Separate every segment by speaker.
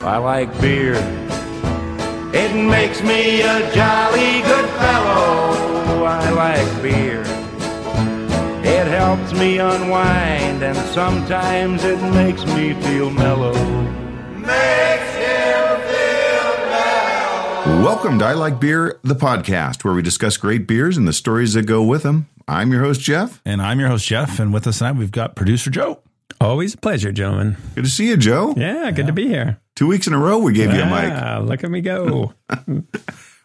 Speaker 1: I like beer. It makes me a jolly good fellow. I like beer. It helps me unwind and sometimes it makes me feel mellow.
Speaker 2: Welcome to I Like Beer, the podcast where we discuss great beers and the stories that go with them. I'm your host, Jeff.
Speaker 3: And I'm your host, Jeff. And with us tonight, we've got producer Joe.
Speaker 4: Always a pleasure, gentlemen.
Speaker 2: Good to see you, Joe.
Speaker 4: Yeah, good to be here.
Speaker 2: Two weeks in a row, we gave you a mic.
Speaker 4: Ah, look at me go.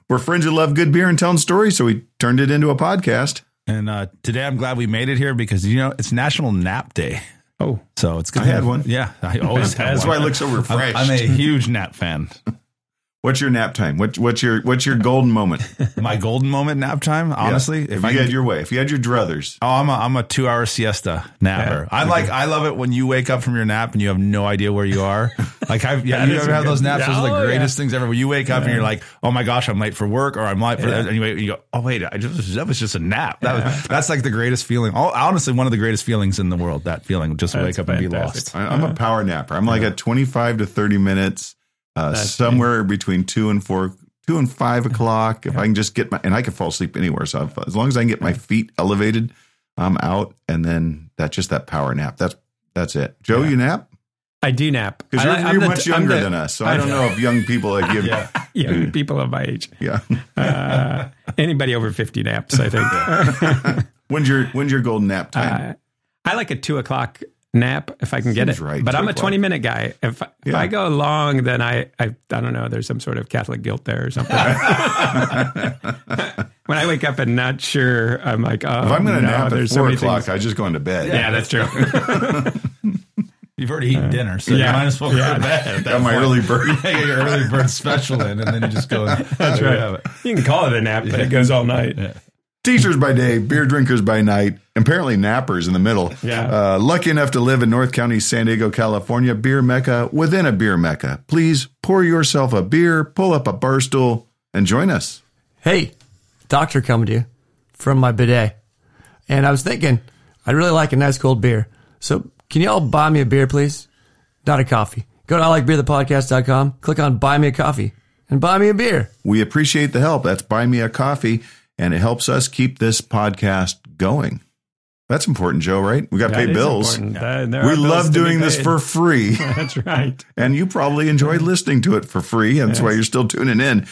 Speaker 2: We're friends who love good beer and telling stories, so we turned it into a podcast.
Speaker 3: And uh, today I'm glad we made it here because, you know, it's National Nap Day.
Speaker 4: oh,
Speaker 3: So it's good.
Speaker 2: I
Speaker 3: to
Speaker 2: had
Speaker 3: have-
Speaker 2: one.
Speaker 3: Yeah, I always have
Speaker 2: That's why
Speaker 3: one.
Speaker 2: I look so refreshed.
Speaker 3: I'm a huge nap fan.
Speaker 2: what's your nap time? What, what's your what's your golden moment?
Speaker 3: My golden moment nap time, honestly,
Speaker 2: if, you
Speaker 3: could-
Speaker 2: had your way, if you had your druthers,
Speaker 3: Oh, I'm a I'm a two hour siesta napper. I like I love it when you wake up from your nap and you have no idea where you are. Like I've yeah, you
Speaker 4: is
Speaker 3: ever have
Speaker 4: good.
Speaker 3: those naps?
Speaker 4: Yeah.
Speaker 3: Those are
Speaker 4: Oh,
Speaker 3: the
Speaker 4: yeah.
Speaker 3: greatest things ever. When you wake up and you're like, oh my gosh, I'm late for work or I'm late for and you, wake- you go, oh wait, I just that was just a nap. That was, that's like the greatest feeling. Oh, honestly, one of the greatest feelings in the world. That feeling, just
Speaker 4: That's
Speaker 3: wake up and be
Speaker 4: fantastic. Uh,
Speaker 3: lost.
Speaker 2: I, I'm a power napper. I'm like at 25 to 30 minutes, uh, somewhere between two and four, two and five o'clock. If I can just get my, and I can fall asleep anywhere. So if- as long as I can get my feet elevated, I'm out. And then that's just that power nap. That's that's it. Joe, you nap
Speaker 4: I do nap.
Speaker 2: because
Speaker 4: I
Speaker 2: you're,
Speaker 4: like- I'm
Speaker 2: you're
Speaker 4: the-
Speaker 2: much
Speaker 4: I'm
Speaker 2: younger
Speaker 4: the-
Speaker 2: than us. So I don't know if young people like give. yeah.
Speaker 4: Young people of my age. Uh, anybody over 50 naps, I think.
Speaker 2: When's your when's your golden nap time?
Speaker 4: Uh, I like a two o'clock nap if I can get
Speaker 2: Seems
Speaker 4: it.
Speaker 2: right,
Speaker 4: but
Speaker 2: two
Speaker 4: I'm a
Speaker 2: o'clock.
Speaker 4: 20 minute guy. If, if
Speaker 2: Yeah.
Speaker 4: I go long, then I, I I don't know. There's some sort of Catholic guilt there or something. when I wake up and not sure, I'm like, oh,
Speaker 2: if I'm going to
Speaker 4: no,
Speaker 2: nap at
Speaker 4: there's so
Speaker 2: four
Speaker 4: many
Speaker 2: o'clock,
Speaker 4: things-
Speaker 2: I just go into bed.
Speaker 4: yeah, that's true.
Speaker 3: You've already eaten dinner, so
Speaker 4: yeah.
Speaker 3: you might as well go to bed. at that
Speaker 2: Got my
Speaker 3: point.
Speaker 2: early bird.
Speaker 3: Yeah, get your early bird special in, and then you just go. That's
Speaker 4: right. You can call it a nap, but it goes all night.
Speaker 2: teachers by day, beer drinkers by night, apparently nappers in the middle.
Speaker 4: Yeah.
Speaker 2: Uh, lucky enough to live in North County, San Diego, California, beer mecca within a beer mecca. Please pour yourself a beer, pull up a bar stool, and join us.
Speaker 5: Hey, doctor coming to you from my bidet. And I was thinking, I'd really like a nice cold beer. So can y'all buy me a beer, please? Not a coffee. Go to ilikebeerthepodcast.com, click on buy me a coffee, and buy me a beer.
Speaker 2: We appreciate the help. That's buy me a coffee, and it helps us keep this podcast going. That's important, Joe, right? We got to
Speaker 4: That
Speaker 2: pay
Speaker 4: is
Speaker 2: bills.
Speaker 4: important. There- there
Speaker 2: We
Speaker 4: are bills
Speaker 2: love
Speaker 4: to be
Speaker 2: doing this
Speaker 4: paid.
Speaker 2: for free.
Speaker 4: That's right.
Speaker 2: and you probably enjoy listening to it for free. And that's why you're still tuning in.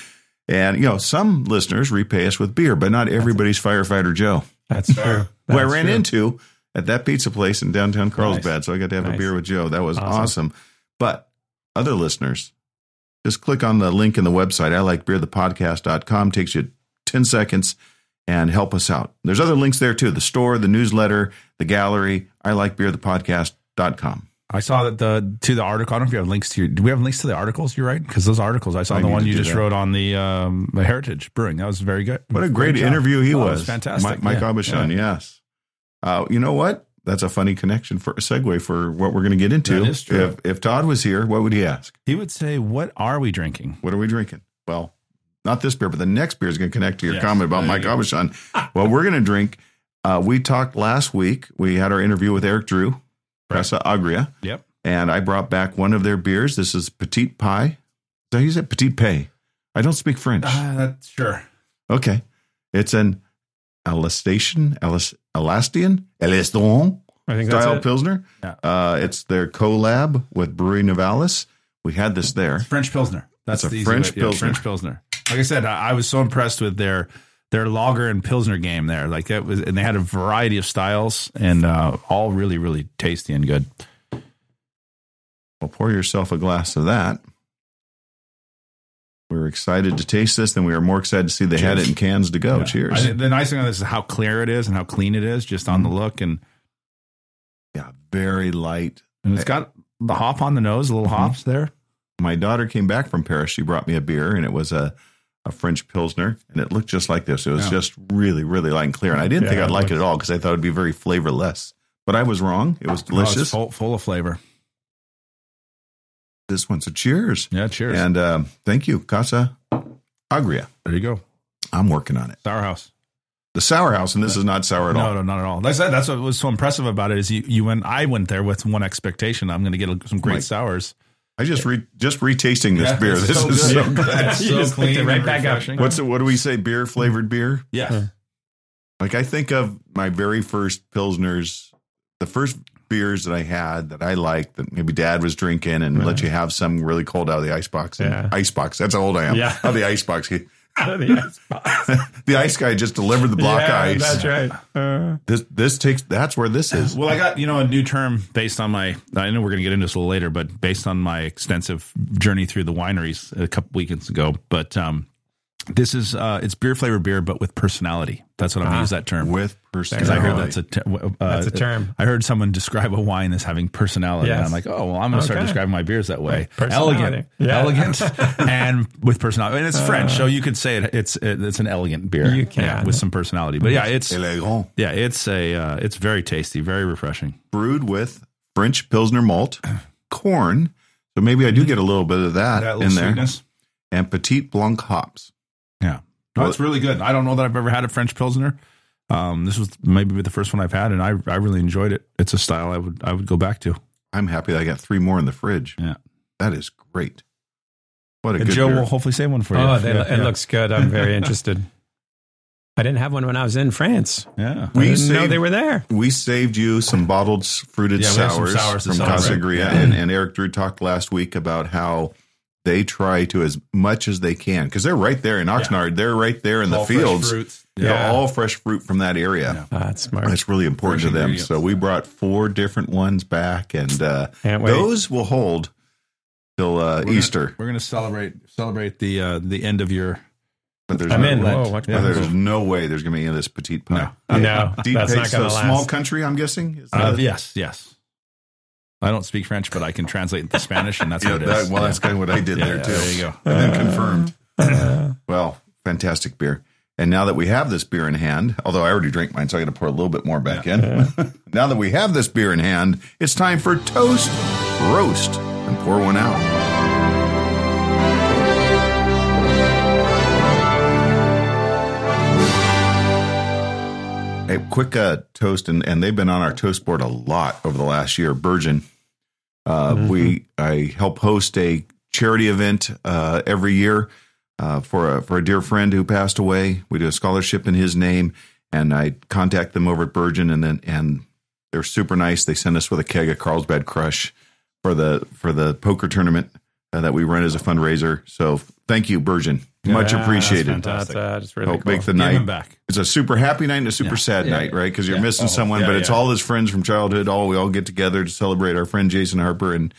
Speaker 2: And you know, some listeners repay us with beer, but not everybody's firefighter Joe,
Speaker 4: That's true.
Speaker 2: who I ran into at that pizza place in downtown Carlsbad. So I got to have a
Speaker 4: Nice.
Speaker 2: beer with Joe. That was awesome. But other listeners, just click on the link in the website. I like beer, the podcast.com takes you 10 seconds and help us out. There's other links there too. The store, the newsletter, the gallery, I like beer, the podcast.com.
Speaker 3: I saw that the to the article. I don't know if you have links to your. Do we have links to the articles? You're right because those articles I saw
Speaker 2: I
Speaker 3: the
Speaker 2: need
Speaker 3: one
Speaker 2: to
Speaker 3: you
Speaker 2: do
Speaker 3: just
Speaker 2: that.
Speaker 3: wrote on the um, the Heritage Brewing. That was very good.
Speaker 2: What a great,
Speaker 3: job.
Speaker 2: interview he
Speaker 3: Oh, it
Speaker 2: was.
Speaker 3: Fantastic,
Speaker 2: Mi- Mike
Speaker 3: Yeah.
Speaker 2: Abishon,
Speaker 3: Yeah.
Speaker 2: yes. Uh, you know what? That's a funny connection for a segue for what we're going to get into.
Speaker 3: That is true.
Speaker 2: If, if Todd was here, what would he ask?
Speaker 3: He would say, "What are we drinking?"
Speaker 2: What are we drinking? Well, not this beer, but the next beer is going to connect to your
Speaker 3: Yes.
Speaker 2: comment about Mike Abishon. well, we're going to drink. Uh, we talked last week. We had our interview with Eric Drew, Presa Agria,
Speaker 3: Yep.
Speaker 2: and I brought back one of their beers. This is Petite Pie. So you said Petite Pie. I don't speak French.
Speaker 3: Uh, that's sure.
Speaker 2: Okay. It's an Elastation, Elas, Elastian, Elaston
Speaker 4: I think that's
Speaker 2: style
Speaker 4: it.
Speaker 2: Pilsner.
Speaker 3: Yeah.
Speaker 2: Uh, it's their collab with Brewery Novalis. We had this there.
Speaker 3: French pilsner. That's
Speaker 2: It's a
Speaker 3: the easy
Speaker 2: French
Speaker 3: way- yeah,
Speaker 2: Pilsner.
Speaker 3: French pilsner. Like I said, I, I was so impressed with their their lager and pilsner game there. Like that was, and they had a variety of styles and uh, all really, really tasty and good.
Speaker 2: Well, pour yourself a glass of that. We were excited to taste this, then we were more excited to see they had it in cans to go.
Speaker 3: I
Speaker 2: Oh, Cheers.
Speaker 3: think the nice thing on this is how clear it is and how clean it is, just on the look and.
Speaker 2: yeah, very light.
Speaker 3: And it's got the hop on the nose, little
Speaker 2: Mm-hmm.
Speaker 3: hops there.
Speaker 2: My daughter came back from Paris. She brought me a beer, and it was a, a French Pilsner, and it looked just like this. It was
Speaker 3: Yeah.
Speaker 2: just really, really light and clear. And I didn't
Speaker 4: Yeah,
Speaker 2: think I'd
Speaker 4: it
Speaker 2: like it at
Speaker 4: looks-
Speaker 2: all because I thought it'd be very flavorless. But I was wrong. It was
Speaker 3: Oh,
Speaker 2: delicious.
Speaker 3: it's full, full of flavor.
Speaker 2: this one. So cheers.
Speaker 3: Yeah, cheers.
Speaker 2: And um, thank you, Casa Agria.
Speaker 3: there you go.
Speaker 2: I'm working on it.
Speaker 3: Sour House.
Speaker 2: The Sour House, and this is not sour at
Speaker 3: no,
Speaker 2: all.
Speaker 3: no, not at all. Like I said, that's what was so impressive about it is you, you went, I went there with one expectation. I'm going to get a- some great
Speaker 2: Right.
Speaker 3: sours.
Speaker 2: I just re, just retasting this beer. This is so good.
Speaker 3: That's so
Speaker 4: just picked
Speaker 3: clean
Speaker 4: it right
Speaker 3: and
Speaker 4: back up.
Speaker 3: refreshing.
Speaker 2: What's it, what do we say? Beer flavored beer.
Speaker 3: yeah.
Speaker 2: Like I think of my very first pilsners, the first beers that I had that I liked that maybe Dad was drinking and let you have some really cold out of the icebox. And
Speaker 4: Yeah.
Speaker 2: Icebox. That's how old I am.
Speaker 4: Yeah.
Speaker 2: Out of the icebox. He-
Speaker 4: Yeah,
Speaker 2: the ice guy just delivered the block ice.
Speaker 4: That's right. Uh,
Speaker 2: This this takes. That's where this is.
Speaker 3: Well, I got you know a new term based on my. I know we're going to get into this a little later, but based on my extensive journey through the wineries a couple weekends ago. But um, this is uh, it's beer flavored beer, but with personality. That's what I'm
Speaker 2: Ah.
Speaker 3: going to use that term
Speaker 2: with
Speaker 3: because I
Speaker 2: personality.
Speaker 3: heard that's a ter- uh,
Speaker 4: That's a term.
Speaker 3: I heard someone describe a wine as having personality. And
Speaker 4: Yes.
Speaker 3: I'm like, oh well, I'm going to start
Speaker 4: Okay.
Speaker 3: describing my beers that way.
Speaker 4: Personality.
Speaker 3: Elegant,
Speaker 4: Yeah. Uh.
Speaker 3: elegant, and with personality. And it's French, so you could say it, it's it's an elegant beer.
Speaker 4: You
Speaker 3: Yeah,
Speaker 4: can.
Speaker 3: with some personality. But yeah, it's
Speaker 2: Elegant.
Speaker 3: yeah, it's a uh, it's very tasty, very refreshing.
Speaker 2: brewed with French Pilsner malt, corn. So maybe I do get a little bit of that, in there, and Petite Blanc hops.
Speaker 3: Yeah. No, it's really good. I don't know that I've ever had a French Pilsner. Um, this was maybe the first one I've had, and I, I really enjoyed it. It's a style I would I would go back to.
Speaker 2: I'm happy that I got three more in the fridge.
Speaker 3: Yeah.
Speaker 2: That is great. What a
Speaker 3: And
Speaker 2: good
Speaker 3: Joe
Speaker 2: beer.
Speaker 3: will hopefully save one for you.
Speaker 4: oh, they,
Speaker 3: yeah,
Speaker 4: it
Speaker 3: yeah.
Speaker 4: looks good. I'm very interested. I didn't have one when I was in France.
Speaker 3: Yeah.
Speaker 4: I
Speaker 2: We
Speaker 4: didn't know
Speaker 2: saved-
Speaker 4: they were there.
Speaker 2: we saved you some bottled s- fruited
Speaker 3: Yeah, we have some
Speaker 2: sours,
Speaker 3: sours to
Speaker 2: from
Speaker 3: celebrate.
Speaker 2: Casa Gria.
Speaker 3: Yeah.
Speaker 2: And, and Eric Drew talked last week about how they try to as much as they can because they're right there in Oxnard. They're right there in the fields. They're
Speaker 4: Yeah.
Speaker 2: all fresh fruit from that area.
Speaker 4: Ah, that's smart.
Speaker 2: That's really important
Speaker 3: Fresh
Speaker 2: to them.
Speaker 3: ingredients.
Speaker 2: So we brought four different ones back, and uh,
Speaker 4: Can't wait.
Speaker 2: those will hold till uh,
Speaker 3: We're gonna-
Speaker 2: Easter.
Speaker 3: we're gonna celebrate celebrate the uh, the end of your
Speaker 2: but there's
Speaker 4: I'm
Speaker 2: no,
Speaker 4: in.
Speaker 2: but
Speaker 4: Whoa, watch my-
Speaker 2: there's no way there's going to be any of this petite pie.
Speaker 4: No,
Speaker 2: Deep
Speaker 4: that's uh,
Speaker 2: pate-
Speaker 4: not going
Speaker 2: so
Speaker 4: to
Speaker 2: small
Speaker 4: last.
Speaker 2: country. I'm guessing. Is
Speaker 3: Uh,
Speaker 2: that-
Speaker 3: yes, yes. I don't speak French, but I can translate into Spanish, and that's
Speaker 2: yeah,
Speaker 3: what it
Speaker 2: that,
Speaker 3: is.
Speaker 2: well,
Speaker 3: Yeah.
Speaker 2: that's kind of what I did
Speaker 3: Yeah,
Speaker 2: there
Speaker 3: yeah,
Speaker 2: too.
Speaker 3: there you go.
Speaker 2: And then confirmed. well, fantastic beer. And now that we have this beer in hand, although I already drank mine, so I got to pour a little bit more back in. now that we have this beer in hand, it's time for toast, roast, and pour one out. A quick uh, toast, and, and they've been on our toast board a lot over the last year. Burgeon, uh,
Speaker 4: Mm-hmm.
Speaker 2: we I help host a charity event uh, every year uh, for a for a dear friend who passed away. We do a scholarship in his name, and I contact them over at Burgeon, and then and they're super nice. They send us with a keg of Carlsbad Crush for the for the poker tournament uh, that we run as a fundraiser. So thank you, Burgeon, much
Speaker 4: Yeah,
Speaker 2: appreciated.
Speaker 4: That's, fantastic. that's, uh, that's really
Speaker 2: Help
Speaker 4: cool.
Speaker 2: make the
Speaker 3: Give
Speaker 2: night
Speaker 3: them back.
Speaker 2: it's a super happy night and a super sad night, right? Because you're
Speaker 3: Yeah.
Speaker 2: missing
Speaker 3: Oh,
Speaker 2: someone,
Speaker 3: yeah,
Speaker 2: but it's
Speaker 3: yeah.
Speaker 2: all his friends from childhood. All we all get together to celebrate our friend Jason Harper and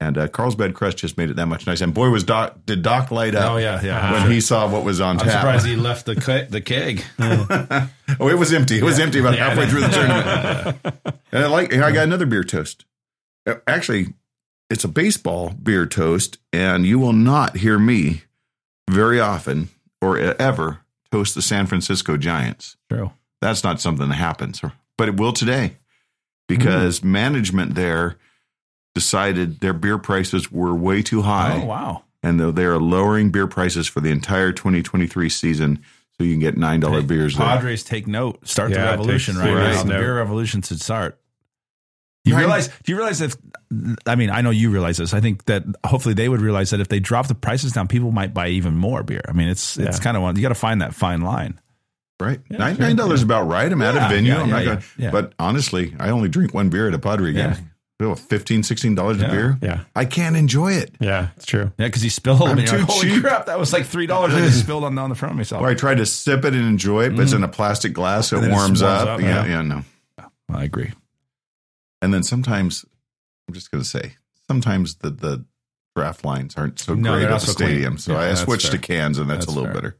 Speaker 2: and uh, Carlsbad Crest just made it that much nice. And boy, was Doc did Doc light up?
Speaker 3: Oh, yeah, yeah.
Speaker 2: When he saw what was on
Speaker 3: I'm
Speaker 2: tap,
Speaker 3: surprised he left the ke- the keg.
Speaker 2: oh, it was empty. It was empty about halfway through the tournament. and I like I got another beer toast. Uh, Actually, it's a baseball beer toast, and you will not hear me very often or e-, ever toast the San Francisco Giants.
Speaker 3: True.
Speaker 2: that's not something that happens, but it will today because
Speaker 3: Hmm.
Speaker 2: management there decided their beer prices were way too high.
Speaker 3: Oh wow.
Speaker 2: And though they are lowering beer prices for the entire 2023 season, so you can get $9 beers there.
Speaker 3: Padres take note. Start
Speaker 4: Yeah,
Speaker 3: the revolution
Speaker 4: take
Speaker 3: right now.
Speaker 2: serious
Speaker 3: The
Speaker 4: note.
Speaker 3: beer revolution should start. You
Speaker 2: Right.
Speaker 3: realize? Do you realize if? I mean, I know you realize this. I think that hopefully they would realize that if they drop the prices down, people might buy even more beer. I mean, it's it's
Speaker 4: Yeah.
Speaker 3: kind of one. You got to find that fine line.
Speaker 2: Right. Nine nine dollars is about right. I'm at
Speaker 3: Yeah,
Speaker 2: a venue.
Speaker 3: yeah,
Speaker 2: I'm not
Speaker 3: yeah,
Speaker 2: gonna
Speaker 3: yeah, yeah.
Speaker 2: but honestly, I only drink one beer at a Padre game.
Speaker 3: Yeah.
Speaker 2: Oh, $15, $16 a beer.
Speaker 4: yeah.
Speaker 2: I can't enjoy it.
Speaker 4: Yeah, it's true.
Speaker 3: Yeah, because you spill. them
Speaker 2: I'm
Speaker 3: and
Speaker 2: too
Speaker 3: you're like, Holy
Speaker 2: cheap.
Speaker 3: crap! That was like three dollars I just spilled on, on the front of myself.
Speaker 2: Or I try to sip it and enjoy it, but it's in a plastic glass, so
Speaker 3: Mm-hmm. And
Speaker 2: it
Speaker 3: then it
Speaker 2: warms,
Speaker 3: warms
Speaker 2: up.
Speaker 3: up,
Speaker 2: Yeah,
Speaker 3: yeah.
Speaker 2: yeah, no.
Speaker 3: I agree.
Speaker 2: And then sometimes, I'm just going to say, sometimes the, the draft lines aren't so
Speaker 3: No,
Speaker 2: great
Speaker 3: they're
Speaker 2: at
Speaker 3: not
Speaker 2: the
Speaker 3: so clean.
Speaker 2: stadium. So
Speaker 3: Yeah,
Speaker 2: I
Speaker 3: that's
Speaker 2: switched
Speaker 3: fair.
Speaker 2: to cans, and that's,
Speaker 3: That's
Speaker 2: a little
Speaker 3: fair.
Speaker 2: better.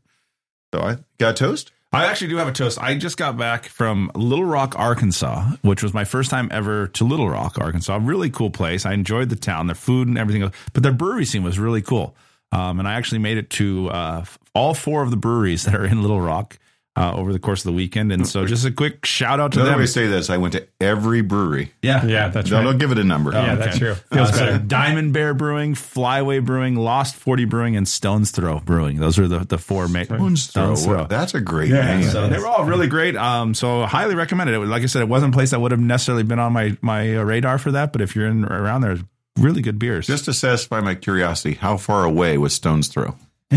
Speaker 2: So I got a toast.
Speaker 3: I actually do have a toast. I just got back from Little Rock, Arkansas, which was my first time ever to Little Rock, Arkansas. Really cool place. I enjoyed the town, their food and everything else, but their brewery scene was really cool. Um, and I actually made it to uh, f- all four of the breweries that are in Little Rock uh, over the course of the weekend. And so just a quick shout out to
Speaker 2: Another way
Speaker 3: them.
Speaker 2: to say this, I went to every brewery.
Speaker 3: Yeah.
Speaker 4: Yeah, that's
Speaker 2: No,
Speaker 4: right.
Speaker 2: don't give it a number.
Speaker 4: yeah, that's true.
Speaker 3: Uh,
Speaker 4: Feels
Speaker 3: so
Speaker 4: better.
Speaker 3: Diamond Bear Brewing, Flyway Brewing, Lost 40 Brewing, and Stone's Throw Brewing. Those are the, the four ma-
Speaker 2: Stone's Throw.
Speaker 3: Stone's Throw.
Speaker 2: That's a great
Speaker 3: Yeah,
Speaker 2: name.
Speaker 3: so they were all really great. Um, so highly recommended. It. was- Like I said, it wasn't a place that would have necessarily been on my my uh, radar for that. But if you're in around there, really good beers.
Speaker 2: Just to satisfy my curiosity, how far away was Stone's Throw?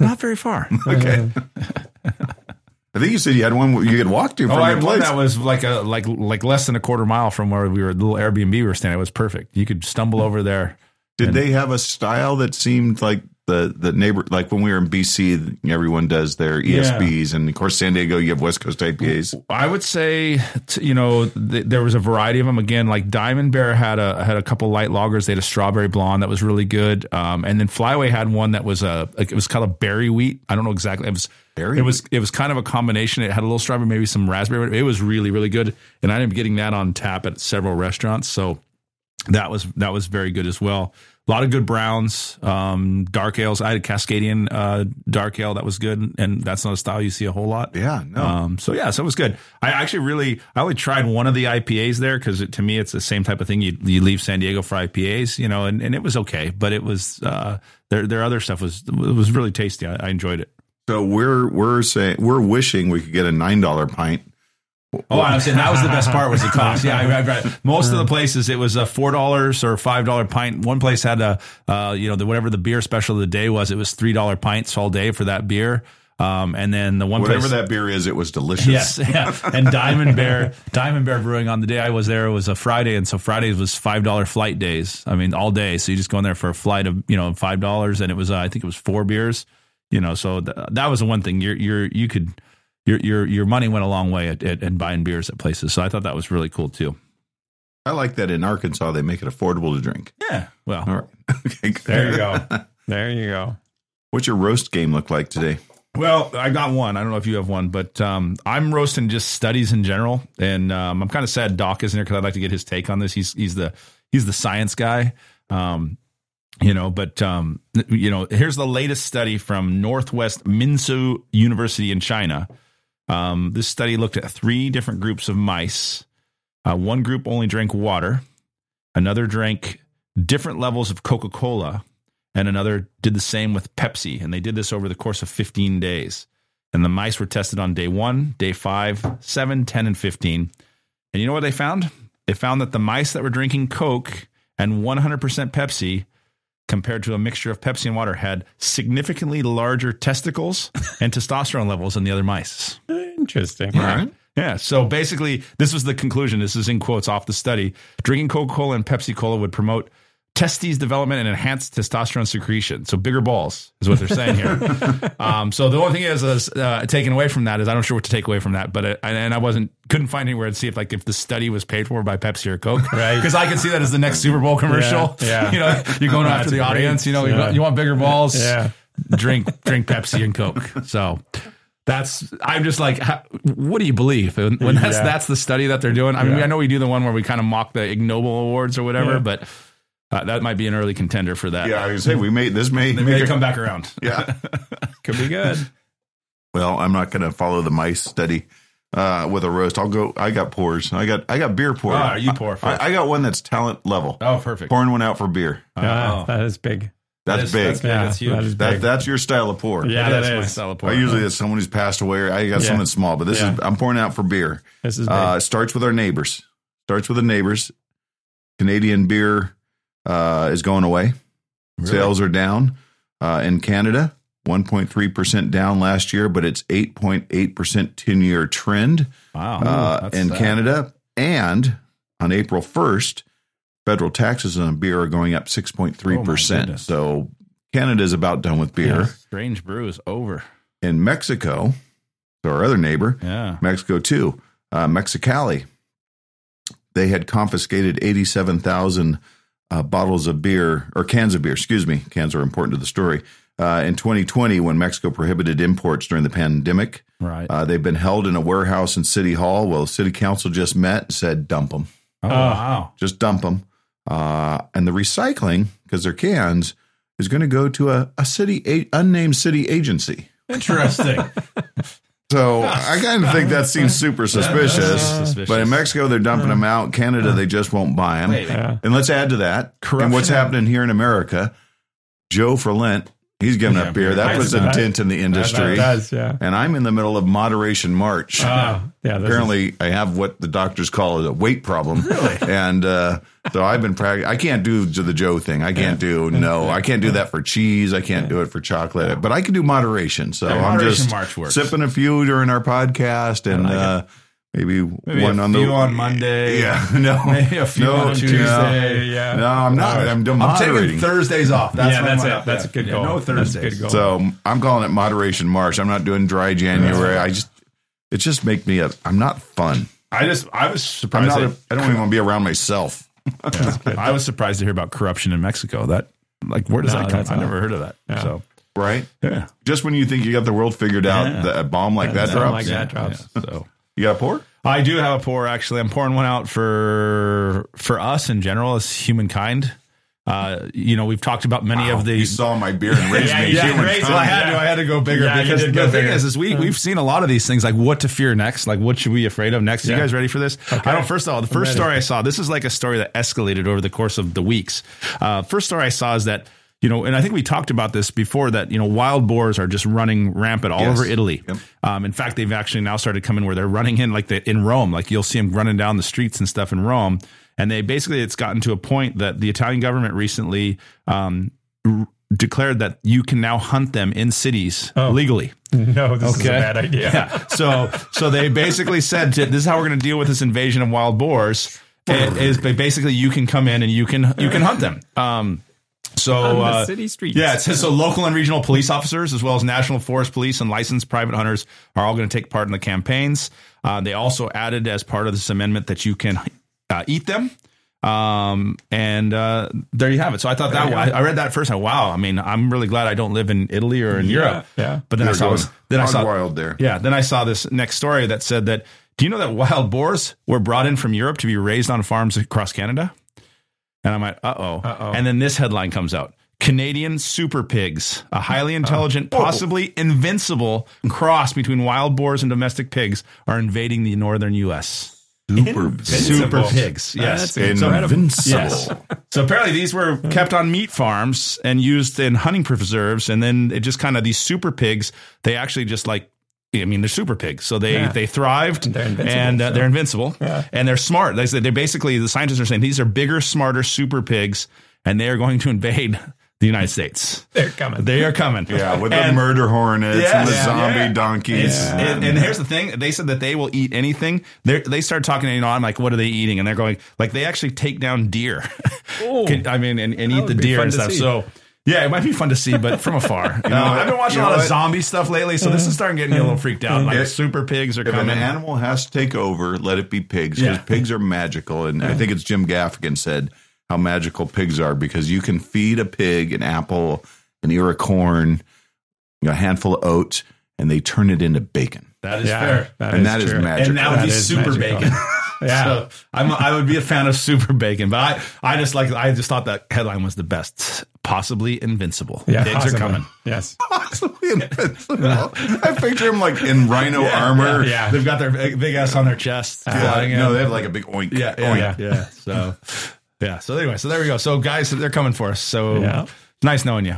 Speaker 3: Not very far.
Speaker 2: Okay. I think you said you had one you could walk to from
Speaker 3: Oh, I
Speaker 2: your
Speaker 3: one
Speaker 2: place.
Speaker 3: that was like a like like less than a quarter mile from where we were. The little Airbnb we were staying. at. It was perfect. You could stumble over there.
Speaker 2: Did they have a style that seemed like the the neighbor like when we were in BC, everyone does their ESBs, and of course San Diego, you have West Coast IPAs.
Speaker 3: I would say, t- you know, th- there was a variety of them. Again, like Diamond Bear had a had a couple light lagers. They had a strawberry blonde that was really good, um, and then Flyway had one that was a like, it was called a berry wheat. I don't know exactly. It was
Speaker 2: Berry
Speaker 3: It was it was kind of a combination. It had a little strawberry, maybe some raspberry. But it was really really good, and I ended up getting that on tap at several restaurants. So that was that was very good as well. A lot of good browns, um, dark ales. I had a Cascadian uh, dark ale that was good, and that's not a style you see a whole lot.
Speaker 2: Yeah, no.
Speaker 3: Um, so yeah, so it was good. I actually really, I only tried one of the IPAs there because to me it's the same type of thing. You you leave San Diego for IPAs, you know, and, and it was okay, but it was uh, their their other stuff was it was really tasty. I, I enjoyed it.
Speaker 2: So we're we're saying we're wishing we could get a nine dollar pint.
Speaker 3: Oh, I was saying that was the best part was the cost. Yeah, I, I, I, most of the places it was a four dollars or five dollar pint. One place had a uh, you know the whatever the beer special of the day was. It was three dollar pints all day for that beer. Um, and then the one
Speaker 2: Whatever
Speaker 3: place,
Speaker 2: that beer is, it was delicious.
Speaker 3: Yes, yeah. And Diamond Bear, Diamond Bear Brewing on the day I was there it was a Friday, and so Fridays was five dollar flight days. I mean, all day. So you just go in there for a flight of you know five dollars, and it was uh, I think it was four beers. You know, so th- that was the one thing you're you're you could your your your money went a long way at, at, at buying beers at places. So I thought that was really cool too.
Speaker 2: I like that in Arkansas they make it affordable to drink.
Speaker 3: Yeah. Well,
Speaker 2: All right. Okay. good.
Speaker 3: there you go.
Speaker 4: There you go.
Speaker 2: What's your roast game look like today?
Speaker 3: Well, I got one. I don't know if you have one, but um, I'm roasting just studies in general, and um, I'm kind of sad Doc isn't here because I'd like to get his take on this. He's he's the he's the science guy, um, you know. But um, you know, here's the latest study from Northwest Minsu University in China. Um, this study looked at three different groups of mice. Uh, one group only drank water, another drank different levels of Coca Cola, and another did the same with Pepsi. And they did this over the course of 15 days. And the mice were tested on day one, day five, seven, 10, and 15. And you know what they found? They found that the mice that were drinking Coke and 100% Pepsi, compared to a mixture of Pepsi and water, had significantly larger testicles and testosterone levels than the other mice.
Speaker 4: Interesting.
Speaker 2: All right.
Speaker 3: Yeah. So basically, this was the conclusion. This is in quotes off the study. Drinking Coca Cola and Pepsi Cola would promote testes development and enhance testosterone secretion. So bigger balls is what they're saying here. um, so the only thing is, is uh, taken away from that is I don't sure what to take away from that. But it, and I wasn't couldn't find anywhere to see if like if the study was paid for by Pepsi or Coke, right? Because I could see that as the next Super Bowl commercial.
Speaker 4: Yeah, yeah.
Speaker 3: You know, you're going after the audience. You know, you,
Speaker 4: Yeah.
Speaker 3: want, you want bigger balls
Speaker 4: Yeah.
Speaker 3: drink drink Pepsi and Coke. So that's I'm just like, how, what do you believe when when that's
Speaker 4: Yeah.
Speaker 3: that's the study that they're doing? I mean,
Speaker 4: Yeah.
Speaker 3: I know we do the one where we kind of mock the Ig Nobel awards or whatever,
Speaker 4: Yeah.
Speaker 3: but uh, that might be an early contender for that.
Speaker 2: Yeah, I was gonna say we may this may,
Speaker 3: They may come back around.
Speaker 2: Yeah.
Speaker 4: Could be good.
Speaker 2: Well, I'm not gonna follow the mice study uh, with a roast. I'll go I got pours. I got I got beer pour.
Speaker 3: Ah, you pour first.
Speaker 2: I, I got one that's talent level.
Speaker 3: Oh, perfect.
Speaker 2: Pouring one out for beer.
Speaker 4: Ah,
Speaker 3: Oh.
Speaker 4: that is big.
Speaker 2: That's
Speaker 3: That
Speaker 2: big.
Speaker 3: is- Yeah, that's huge.
Speaker 4: That is
Speaker 2: that
Speaker 4: big.
Speaker 2: that's your style of pour.
Speaker 4: yeah,
Speaker 3: That's
Speaker 4: that
Speaker 3: my
Speaker 4: is.
Speaker 3: style of pour.
Speaker 2: I usually it's someone who's passed away. or I got
Speaker 4: Yeah.
Speaker 2: something small, but this
Speaker 4: Yeah.
Speaker 2: is I'm pouring out for beer.
Speaker 4: This is big.
Speaker 2: Uh, it starts with our neighbors. Starts with the neighbors. Canadian beer uh, is going away. Sales are down uh, in Canada, 1.3% down last year, but it's 8.8% 10 year trend
Speaker 3: wow.
Speaker 2: uh,
Speaker 3: That's,
Speaker 2: in
Speaker 3: uh,
Speaker 2: Canada. And on April 1st, federal taxes on beer are going up 6.3%.
Speaker 3: Oh, goodness.
Speaker 2: so Canada's about done with beer.
Speaker 3: Strange brew is over.
Speaker 2: In Mexico, so our other neighbor,
Speaker 3: Yeah.
Speaker 2: Mexico too, uh, Mexicali. They had confiscated eighty-seven thousand uh, bottles of beer or cans of beer. Excuse me, cans are important to the story. Uh, in 2020, when Mexico prohibited imports during the pandemic,
Speaker 3: Right.
Speaker 2: uh, they've been held in a warehouse in City Hall. Well, City Council just met and said dump them,
Speaker 3: oh,
Speaker 4: Ah.
Speaker 3: wow.
Speaker 2: just dump them. Uh, and the recycling, because they're cans, is going to go to a, a city a- unnamed city agency.
Speaker 3: Interesting.
Speaker 2: So I kind of think that seems super suspicious.
Speaker 3: suspicious.
Speaker 2: But in Mexico, they're dumping them out. Canada, they just won't buy them.
Speaker 3: Wait,
Speaker 2: And let's add to that, and what's happening here in America? Joe for Lent He's giving up beer. That puts a dent in the industry.
Speaker 4: does, yeah.
Speaker 2: And I'm in the middle of Moderation March.
Speaker 4: Ah, yeah, this is-
Speaker 2: Apparently, I have what the doctors call a weight problem. Really? And uh, so I've been practicing. I can't do the Joe thing. I can't do, no, I can't do that for cheese. I can't do it for chocolate. But I can do moderation. So I'm
Speaker 3: moderation
Speaker 2: just
Speaker 3: March works.
Speaker 2: sipping a few during our podcast and uh, maybe,
Speaker 3: Maybe
Speaker 2: one
Speaker 3: a
Speaker 2: on
Speaker 3: few
Speaker 2: the.
Speaker 3: on Monday.
Speaker 2: Yeah, no.
Speaker 3: Maybe a few
Speaker 2: no,
Speaker 3: on
Speaker 2: no.
Speaker 3: Tuesday, yeah.
Speaker 2: No, I'm not. I'm, doing
Speaker 3: I'm taking
Speaker 2: moderating.
Speaker 3: Thursdays off. That's
Speaker 4: yeah,
Speaker 3: my
Speaker 4: that's
Speaker 3: mon-
Speaker 4: it. That's a good
Speaker 3: Yeah,
Speaker 4: goal.
Speaker 3: No
Speaker 4: That's
Speaker 3: Thursdays.
Speaker 4: a good goal.
Speaker 2: So I'm calling it moderation March. I'm not doing dry January. I just it just make me a. I'm not fun.
Speaker 3: I just I was
Speaker 2: I'm
Speaker 3: surprised.
Speaker 2: not.
Speaker 3: I
Speaker 2: A, I don't even want to be around myself.
Speaker 3: I was surprised to hear about corruption in Mexico. That like where does
Speaker 4: No,
Speaker 3: that come?
Speaker 4: that's
Speaker 3: from? I never heard of that.
Speaker 4: Yeah.
Speaker 3: So
Speaker 2: Right.
Speaker 3: yeah,
Speaker 2: Just when you think you got the world figured out,
Speaker 3: Yeah.
Speaker 2: the, a bomb like that
Speaker 4: Something
Speaker 2: drops.
Speaker 4: like that drops.
Speaker 3: yeah. So
Speaker 2: You got a pour?
Speaker 3: I do have a pour. Actually, I'm pouring one out for for us in general as humankind. Uh, you know, we've talked about many of
Speaker 2: You
Speaker 3: the
Speaker 2: saw my beer and raised me.
Speaker 3: yeah,
Speaker 2: human.
Speaker 3: raise it. I had to. I had to go bigger
Speaker 4: Yeah, you
Speaker 3: because
Speaker 4: did
Speaker 3: the
Speaker 4: go
Speaker 3: thing
Speaker 4: bigger.
Speaker 3: is, is we we've seen a lot of these things like what to fear next, like what should we be afraid of next. You guys ready for this? I don't. First of all, the first story I saw. This is like a story that escalated over the course of the weeks. Uh, first story I saw is that. You know, and I think we talked about this before that, you know, wild boars are just running rampant all
Speaker 2: Yes.
Speaker 3: over Italy.
Speaker 2: Yep.
Speaker 3: Um, in fact, they've actually now started coming where they're running in like the, in Rome, like you'll see them running down the streets and stuff in Rome. And they basically, it's gotten to a point that the Italian government recently, um, declared that you can now hunt them in cities legally.
Speaker 4: no, this is a bad idea.
Speaker 3: Yeah. So so they basically said to, this is how we're going to deal with this invasion of wild boars. It is but basically you can come in and you can you can hunt them. Um, so
Speaker 4: the
Speaker 3: uh,
Speaker 4: city streets.
Speaker 3: Yeah, it says so local and regional police officers, as well as national forest police and licensed private hunters, are all going to take part in the campaigns. Uh, they also added as part of this amendment that you can uh, eat them. Um, and uh, there you have it. So I thought that I, I read that first. And wow, I mean, I'm really glad I don't live in Italy or in Europe.
Speaker 4: yeah.
Speaker 3: But then I
Speaker 2: You're
Speaker 3: saw
Speaker 2: going
Speaker 3: this, then I
Speaker 2: hog
Speaker 3: saw
Speaker 2: wild there.
Speaker 3: yeah, then I saw this next story that said that do you know that wild boars were brought in from Europe to be raised on farms across Canada? And I'm like, uh oh. And then this headline comes out Canadian super pigs, a highly
Speaker 2: Uh-huh.
Speaker 3: intelligent, possibly invincible cross between wild boars and domestic pigs, are invading the northern U.S.
Speaker 2: Super.
Speaker 3: Super pigs. Yes.
Speaker 2: That's
Speaker 3: So-
Speaker 2: invincible.
Speaker 3: Yes. So apparently these were kept on meat farms and used in hunting preserves, and then it just kind of these super pigs. They actually just like. I mean, they're super pigs, so they they thrived
Speaker 4: They're invincible,
Speaker 3: and uh,
Speaker 4: so.
Speaker 3: they're invincible and they're smart. They said they basically the scientists are saying these are bigger, smarter super pigs, and they are going to invade the United States.
Speaker 4: They're coming.
Speaker 3: They are coming.
Speaker 2: Yeah, with the
Speaker 3: And-
Speaker 2: murder hornets
Speaker 3: Yes.
Speaker 2: and the
Speaker 3: Yeah.
Speaker 2: zombie
Speaker 3: Yeah.
Speaker 2: donkeys.
Speaker 3: it's, and, and here's the thing: they said that they will eat anything. They're, they start talking, you know, I'm like, what are they eating? And they're going, like, they actually take down deer. Can- I mean, and, and eat the
Speaker 4: would be
Speaker 3: deer
Speaker 4: fun
Speaker 3: and
Speaker 4: to
Speaker 3: stuff.
Speaker 4: see.
Speaker 3: So. Yeah, it might be fun to see, but from afar. You know,
Speaker 2: what?
Speaker 3: I've been watching
Speaker 2: You
Speaker 3: a lot
Speaker 2: know
Speaker 3: of
Speaker 2: what?
Speaker 3: zombie stuff lately, so this is starting to get me a little freaked out. Like
Speaker 2: If-
Speaker 3: super pigs are
Speaker 2: If an
Speaker 3: coming.
Speaker 2: animal has to take over, let it be pigs because
Speaker 3: Yeah.
Speaker 2: pigs are magical. And I think it's Jim Gaffigan said how magical pigs are because you can feed a pig an apple, an ear of corn, you know, a handful of oats, and they turn it into bacon.
Speaker 3: that is
Speaker 4: Yeah,
Speaker 3: fair.
Speaker 2: and that is
Speaker 4: true.
Speaker 2: magical.
Speaker 3: and that would be
Speaker 4: That is
Speaker 3: super
Speaker 4: magical.
Speaker 3: bacon.
Speaker 4: Yeah.
Speaker 3: so I'm, I would be a fan of super bacon, but I, I just like I just thought that headline was the best. Possibly invincible.
Speaker 4: Yeah,
Speaker 3: pigs
Speaker 4: possibly.
Speaker 3: are coming.
Speaker 4: Yes.
Speaker 2: Possibly invincible. I picture him like in rhino armor.
Speaker 4: yeah, yeah.
Speaker 3: They've got their big, big ass on their chest. flying in.
Speaker 2: No, they have like a big Oh, oink.
Speaker 3: yeah, yeah,
Speaker 2: oink.
Speaker 3: yeah, yeah. So, yeah. So anyway, so there we go. So guys, they're coming for us. So
Speaker 4: Yeah.
Speaker 3: nice knowing you.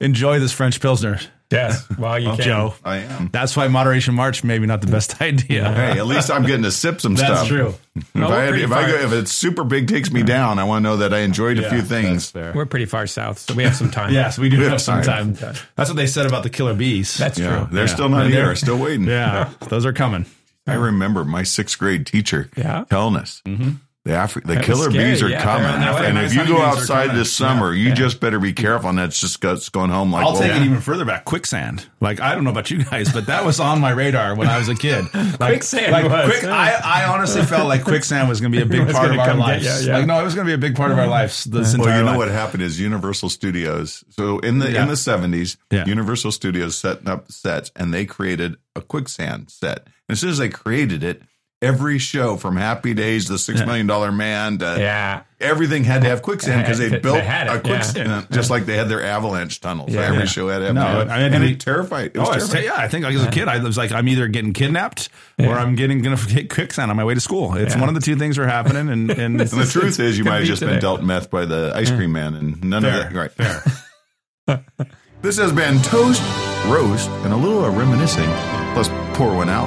Speaker 3: Enjoy this French pilsner,
Speaker 4: Yes. Well, you can.
Speaker 3: Joe.
Speaker 2: I am.
Speaker 3: That's why moderation march maybe not the best idea.
Speaker 2: Hey, at least I'm getting to sip some
Speaker 3: That's
Speaker 2: stuff.
Speaker 3: true.
Speaker 2: If,
Speaker 4: we're
Speaker 2: I, had-
Speaker 4: pretty
Speaker 2: if, I
Speaker 4: far-
Speaker 2: go, if it's super big takes me down, I want to know that I enjoyed a few things.
Speaker 3: Fair.
Speaker 4: We're pretty far south, so we have some time.
Speaker 3: Yes, we do
Speaker 2: Yeah,
Speaker 3: have some
Speaker 2: sorry.
Speaker 3: time. That's what they said about the killer bees.
Speaker 4: That's
Speaker 2: Yeah,
Speaker 4: true.
Speaker 2: they're
Speaker 3: Yeah.
Speaker 2: still not
Speaker 3: And they're-
Speaker 2: here. Still waiting.
Speaker 3: yeah. Those are coming.
Speaker 2: I remember my sixth grade teacher
Speaker 4: Yeah.
Speaker 2: telling us
Speaker 3: Mm-hmm.
Speaker 2: the Afri- the killer
Speaker 4: scary,
Speaker 2: bees are
Speaker 4: yeah.
Speaker 2: coming,
Speaker 4: They're on
Speaker 3: their way.
Speaker 2: and
Speaker 3: Nice
Speaker 2: if you go
Speaker 3: honeybees are
Speaker 2: outside
Speaker 3: coming.
Speaker 2: this summer, you just better be careful. And that's just goes going home like
Speaker 3: I'll
Speaker 4: Oh,
Speaker 3: take
Speaker 2: well,
Speaker 3: it even further back. Quicksand. Like I don't know about you guys, but that was on my radar when I was a kid. Like,
Speaker 4: Quicksand
Speaker 3: Like,
Speaker 4: was,
Speaker 3: quick,
Speaker 4: yeah.
Speaker 3: I, I honestly felt like quicksand was going to be a big
Speaker 4: was
Speaker 3: part of
Speaker 4: gonna
Speaker 3: our
Speaker 4: come get
Speaker 3: lives.
Speaker 4: ya, yeah.
Speaker 3: Like no, it was going to be a big part of our lives. This entire
Speaker 2: Well, you know
Speaker 3: life.
Speaker 2: what happened is Universal Studios. So in the
Speaker 3: Yeah.
Speaker 2: in the seventies,
Speaker 3: Yeah.
Speaker 2: Universal Studios setting up sets, and they created a quicksand set. And as soon as they created it, every show from Happy Days, The Six Million Dollar Man, to
Speaker 4: Yeah.
Speaker 2: everything had to have quicksand because they
Speaker 4: They
Speaker 2: built
Speaker 4: had it,
Speaker 2: a
Speaker 4: yeah.
Speaker 2: quicksand, just like they had their avalanche tunnels. So
Speaker 4: Yeah.
Speaker 2: every
Speaker 4: Yeah.
Speaker 2: show had to have
Speaker 3: No,
Speaker 2: an avalanche.
Speaker 3: I mean,
Speaker 2: and
Speaker 3: we-
Speaker 2: it terrified. It was
Speaker 3: Oh, I was
Speaker 2: terrified.
Speaker 3: yeah, I think like, as a kid, I was like, I'm either getting kidnapped or I'm getting going to get quicksand on my way to school. It's one of the two things are happening, and and
Speaker 2: And the truth is, you might have
Speaker 4: be
Speaker 2: just been
Speaker 4: today.
Speaker 2: dealt meth by the ice cream man, and none
Speaker 3: Fair,
Speaker 2: of that. Right.
Speaker 3: fair.
Speaker 2: This has been Toast, Roast, and a little of reminiscing, plus pour one out.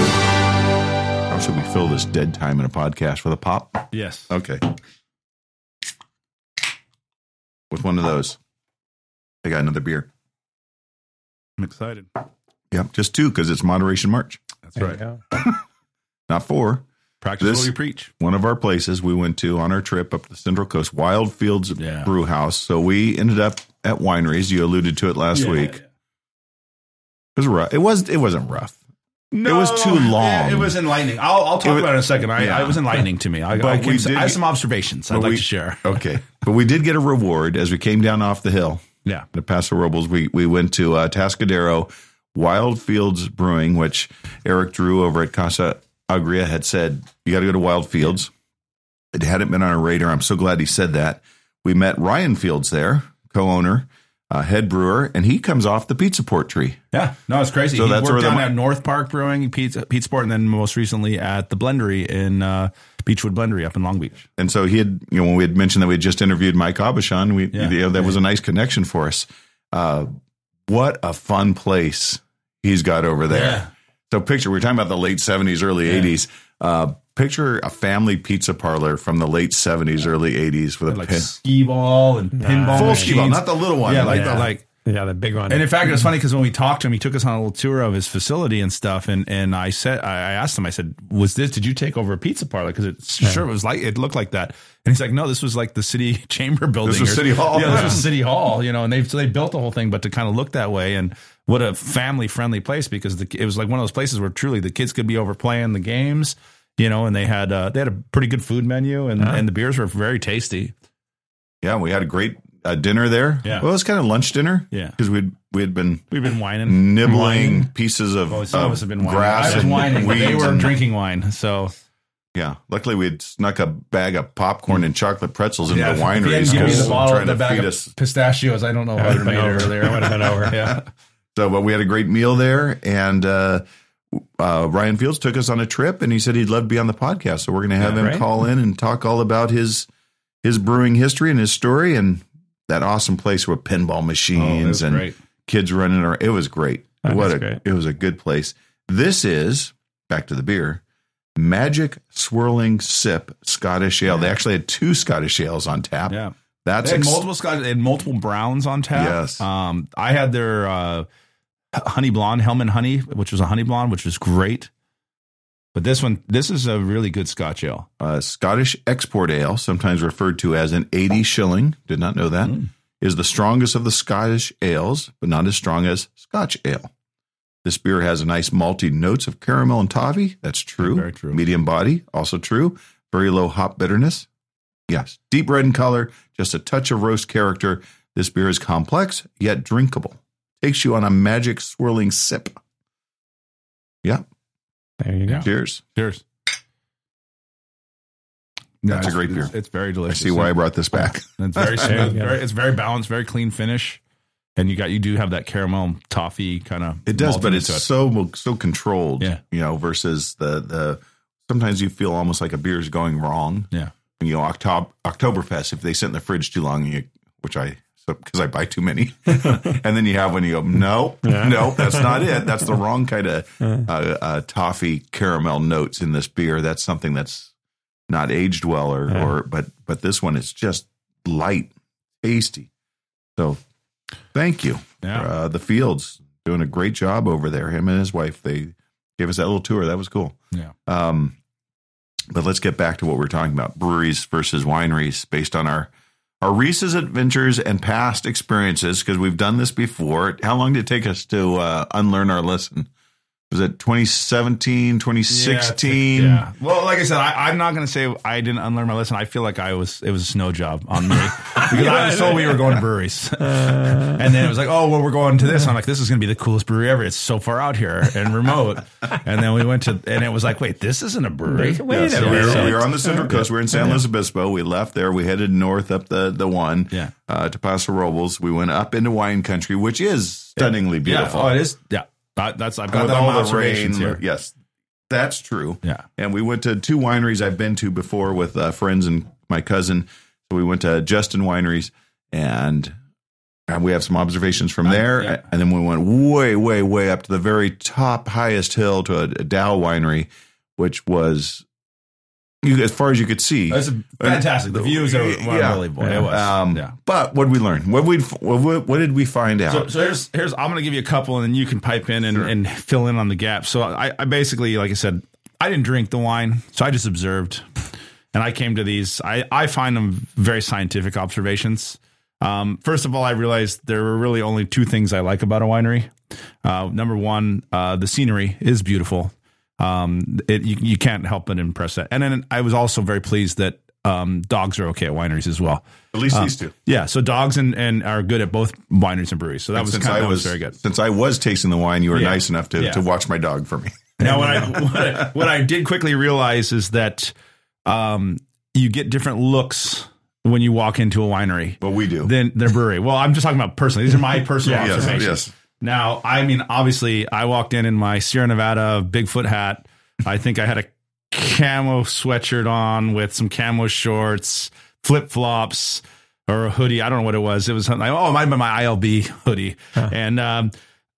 Speaker 2: How should we fill this dead time in a podcast with a pop?
Speaker 3: Yes.
Speaker 2: Okay. With one of those. I got another beer.
Speaker 3: I'm excited.
Speaker 2: Yep, just two because it's Moderation March,
Speaker 3: That's
Speaker 4: There you
Speaker 3: right.
Speaker 4: go.
Speaker 2: not four.
Speaker 3: Practice
Speaker 2: This-
Speaker 3: what you preach.
Speaker 2: one of our places we went to on our trip up the Central Coast, Wild Fields
Speaker 3: Yeah.
Speaker 2: Brew House. So we ended up at wineries. You alluded to it last week. It was rough. It was. It wasn't rough.
Speaker 3: No,
Speaker 2: It was too long.
Speaker 3: It, was enlightening. I'll, I'll talk
Speaker 2: It was-
Speaker 3: about it in a second. I,
Speaker 2: Yeah.
Speaker 3: I was enlightening to me. I,
Speaker 2: But
Speaker 3: I, came
Speaker 2: we
Speaker 3: to-
Speaker 2: did
Speaker 3: I have
Speaker 2: get-
Speaker 3: some observations I'd
Speaker 2: but
Speaker 3: like
Speaker 2: we-
Speaker 3: to share.
Speaker 2: Okay, but we did get a reward as we came down off the hill.
Speaker 3: Yeah.
Speaker 2: the Paso Robles. We we went to uh, Tascadero Wild Fields Brewing, which Eric Drew over at Casa Agria had said you got to go to Wild Fields. It hadn't been on our radar. I'm so glad he said that. We met Ryan Fields there, co-owner, uh, head brewer, and he comes off the Pizza Port tree.
Speaker 3: Yeah, no, it's crazy.
Speaker 2: So
Speaker 3: he
Speaker 2: that's
Speaker 3: worked
Speaker 2: where the
Speaker 3: down
Speaker 2: mi-
Speaker 3: at North Park Brewing, Pete, Pete Sport, and then most recently at the Blendery in uh, Beechwood Blendery up in Long Beach.
Speaker 2: And so he had, you know, when we had mentioned that we had just interviewed Mike Abashan, we
Speaker 3: Yeah.
Speaker 2: you know, that was a nice connection for us. Uh, what a fun place he's got over there.
Speaker 3: Yeah.
Speaker 2: So picture we we're talking about the late seventies, early
Speaker 3: Yeah.
Speaker 2: eighties. Uh, picture a family pizza parlor from the late seventies, early eighties with a
Speaker 3: Like
Speaker 2: pin.
Speaker 3: skee ball and pinball,
Speaker 2: Full
Speaker 3: machines.
Speaker 2: skee ball, not the little one.
Speaker 3: yeah, like
Speaker 2: the,
Speaker 3: the, like
Speaker 4: Yeah, the big one.
Speaker 3: And in fact, it was funny because when we talked to him, he took us on a little tour of his facility and stuff. And and I said, I I asked him, I said, "Was this? Did you take over a pizza parlor? Because it sure was like it looked like that." And he's like, "No, this was like the city chamber building.
Speaker 2: was
Speaker 3: or-
Speaker 2: City Hall.
Speaker 3: Yeah, this was City Hall. You know, and they so they built the whole thing, but to kind of look that way and." What a family friendly place because the, it was like one of those places where truly the kids could be over playing the games, you know, and they had uh, they had a pretty good food menu and, and the beers were very tasty.
Speaker 2: yeah, we had a great uh, dinner there.
Speaker 3: Yeah.
Speaker 2: Well, it was kind of lunch dinner.
Speaker 3: Yeah.
Speaker 2: Because we'd we had been
Speaker 3: We've been whining.
Speaker 2: nibbling pieces of,
Speaker 3: Oh, some of
Speaker 2: of
Speaker 3: us have been whining.
Speaker 2: Mm. grass
Speaker 3: I was
Speaker 2: and
Speaker 3: whining. but
Speaker 2: weeds
Speaker 3: They were
Speaker 2: and-
Speaker 3: drinking wine, so
Speaker 2: Yeah. Luckily, we had snuck a bag of popcorn and chocolate pretzels into the
Speaker 3: if he
Speaker 2: winery.
Speaker 3: hadn't
Speaker 2: so
Speaker 3: given me
Speaker 2: we
Speaker 3: the
Speaker 2: were
Speaker 3: bottle
Speaker 2: trying
Speaker 3: of the
Speaker 2: to
Speaker 3: bag
Speaker 2: feed
Speaker 3: of
Speaker 2: us.
Speaker 3: pistachios. I don't know.
Speaker 4: I
Speaker 3: I
Speaker 4: would've
Speaker 3: would have
Speaker 4: been
Speaker 3: made it
Speaker 4: over.
Speaker 3: earlier. I would have been over. yeah.
Speaker 2: So, but we had a great meal there, and uh, uh, Ryan Fields took us on a trip, and he said he'd love to be on the podcast. So we're going to have him
Speaker 4: right.
Speaker 2: call in and talk all about his his brewing history and his story and that awesome place with
Speaker 4: Oh,
Speaker 2: pinball machines and
Speaker 3: great.
Speaker 2: kids running around. It was great.
Speaker 4: That
Speaker 2: what
Speaker 4: is
Speaker 2: a
Speaker 4: great.
Speaker 2: it was a good place. This is back to the beer. Magic swirling sip Scottish ale. They actually had two Scottish ales on tap.
Speaker 3: Yeah. They
Speaker 2: That's
Speaker 3: had
Speaker 2: ex-
Speaker 3: multiple Scotch. They had multiple browns on tap.
Speaker 2: Yes.
Speaker 3: Um, I had their uh, honey blonde, Hellman honey, which was a honey blonde, which was great. But this one, this is a really good Scotch ale.
Speaker 2: uh, Scottish export ale, sometimes referred to as an 80 shilling, did not know that, is
Speaker 3: Hmm.
Speaker 2: the strongest of the Scottish ales, but not as strong as Scotch ale. This beer has a nice malty notes of caramel and toffee. That's true.
Speaker 3: Very true.
Speaker 2: Medium body, also true. Very low hop bitterness. Yes. Deep red in color, just a touch of roast character. This beer is complex, yet drinkable. Takes you on a magic swirling sip. Yeah.
Speaker 4: there you go.
Speaker 2: Cheers.
Speaker 3: Cheers.
Speaker 2: That's a great
Speaker 3: it's-
Speaker 2: beer.
Speaker 3: It's very
Speaker 2: I
Speaker 3: delicious.
Speaker 2: see why I brought this back.
Speaker 3: And It's very
Speaker 4: There you
Speaker 3: smooth.
Speaker 4: go.
Speaker 3: very- it's very balanced. Very clean finish. And you got you do have that caramel toffee kind of.
Speaker 2: It does, but it's so so controlled.
Speaker 3: Yeah.
Speaker 2: You know, versus the the sometimes you feel almost like a beer is going wrong.
Speaker 3: Yeah.
Speaker 2: You know, October Oktoberfest if they sit in the fridge too long, you which I because I buy too many, and then you have when you go, no, no, that's not it. That's the wrong kind of uh, uh, toffee caramel notes in this beer. That's something that's not aged well, or or but but this one is just light, tasty. So, thank you
Speaker 3: Yeah.
Speaker 2: uh, the Fields doing a great job over there. Him and his wife, they gave us that little tour. That was cool.
Speaker 3: Yeah.
Speaker 2: Um, but let's get back to what we're talking about: breweries versus wineries, based on our our Reese's adventures and past experiences, because we've done this before. How long did it take us to uh, unlearn our lesson? Was it 2017, 2016?
Speaker 3: Yeah. it's- yeah. Well, like I said, I, I'm not going to say I didn't unlearn my lesson. I feel like I was it was a snow job on me because I was told we were going to breweries, and then it was like, oh well, we're going to this. I'm like, this is going to be the coolest brewery ever. It's so far out here and remote. and then we went to, and it was like, wait, this isn't a brewery.
Speaker 4: Wait
Speaker 2: So
Speaker 4: a
Speaker 2: we
Speaker 4: minute.
Speaker 3: uh,
Speaker 2: were, we were on the Central Coast. We were in San Luis Obispo. We left there. We headed north up the, the one
Speaker 3: Yeah.
Speaker 2: uh, to Paso Robles. We went up into wine country, which is stunningly beautiful.
Speaker 3: Yeah. Oh, it is. Yeah. That- that's I've got
Speaker 2: With
Speaker 3: that on my
Speaker 2: all the rain.
Speaker 3: observations here.
Speaker 2: Yes, that's true.
Speaker 3: Yeah.
Speaker 2: And we went to two wineries I've been to before with uh, friends and my cousin. So we went to Justin Wineries and and we have some observations from there.
Speaker 3: Uh, yeah.
Speaker 2: And then we went way, way, way up to the very top, highest hill to a, a Dow winery, which was you, as far as you could see.
Speaker 3: That's fantastic. The views are
Speaker 2: Yeah.
Speaker 3: unbelievable. It was.
Speaker 2: Um,
Speaker 3: yeah.
Speaker 2: But what did we learn? What we what, what did we find out?
Speaker 3: So, so here's here's I'm gonna give you a couple and then you can pipe in and, and fill in on the gap. So I, I basically like I said, I didn't drink the wine, so I just observed. And I came to these I, I find them very scientific observations. Um, first of all, I realized there were really only two things I like about a winery. Uh, number one, uh, the scenery is beautiful. Um, it, you, you can't help but impress that. And then I was also very pleased that um, dogs are okay at wineries as well.
Speaker 2: At least these two.
Speaker 3: Yeah, so dogs and, and are good at both wineries and breweries. So that was
Speaker 2: since
Speaker 3: kind of
Speaker 2: I
Speaker 3: that was
Speaker 2: was,
Speaker 3: very good.
Speaker 2: since I was tasting the wine, you were
Speaker 3: Yeah.
Speaker 2: nice enough to,
Speaker 3: Yeah.
Speaker 2: to watch my dog for me.
Speaker 3: Now what I what I, what I did quickly realize is that um, you get different looks when you walk into a winery
Speaker 2: Well, we do.
Speaker 3: than their brewery. Well, I'm just talking about personally. These are my personal
Speaker 2: Yes,
Speaker 3: observations.
Speaker 2: yes.
Speaker 3: Now, I mean, obviously, I walked in in my Sierra Nevada Bigfoot hat. I think I had a camo sweatshirt on with some camo shorts, flip flops, or a hoodie. I don't know what it was. It was something. Like, oh, it might have been my ILB hoodie. And um,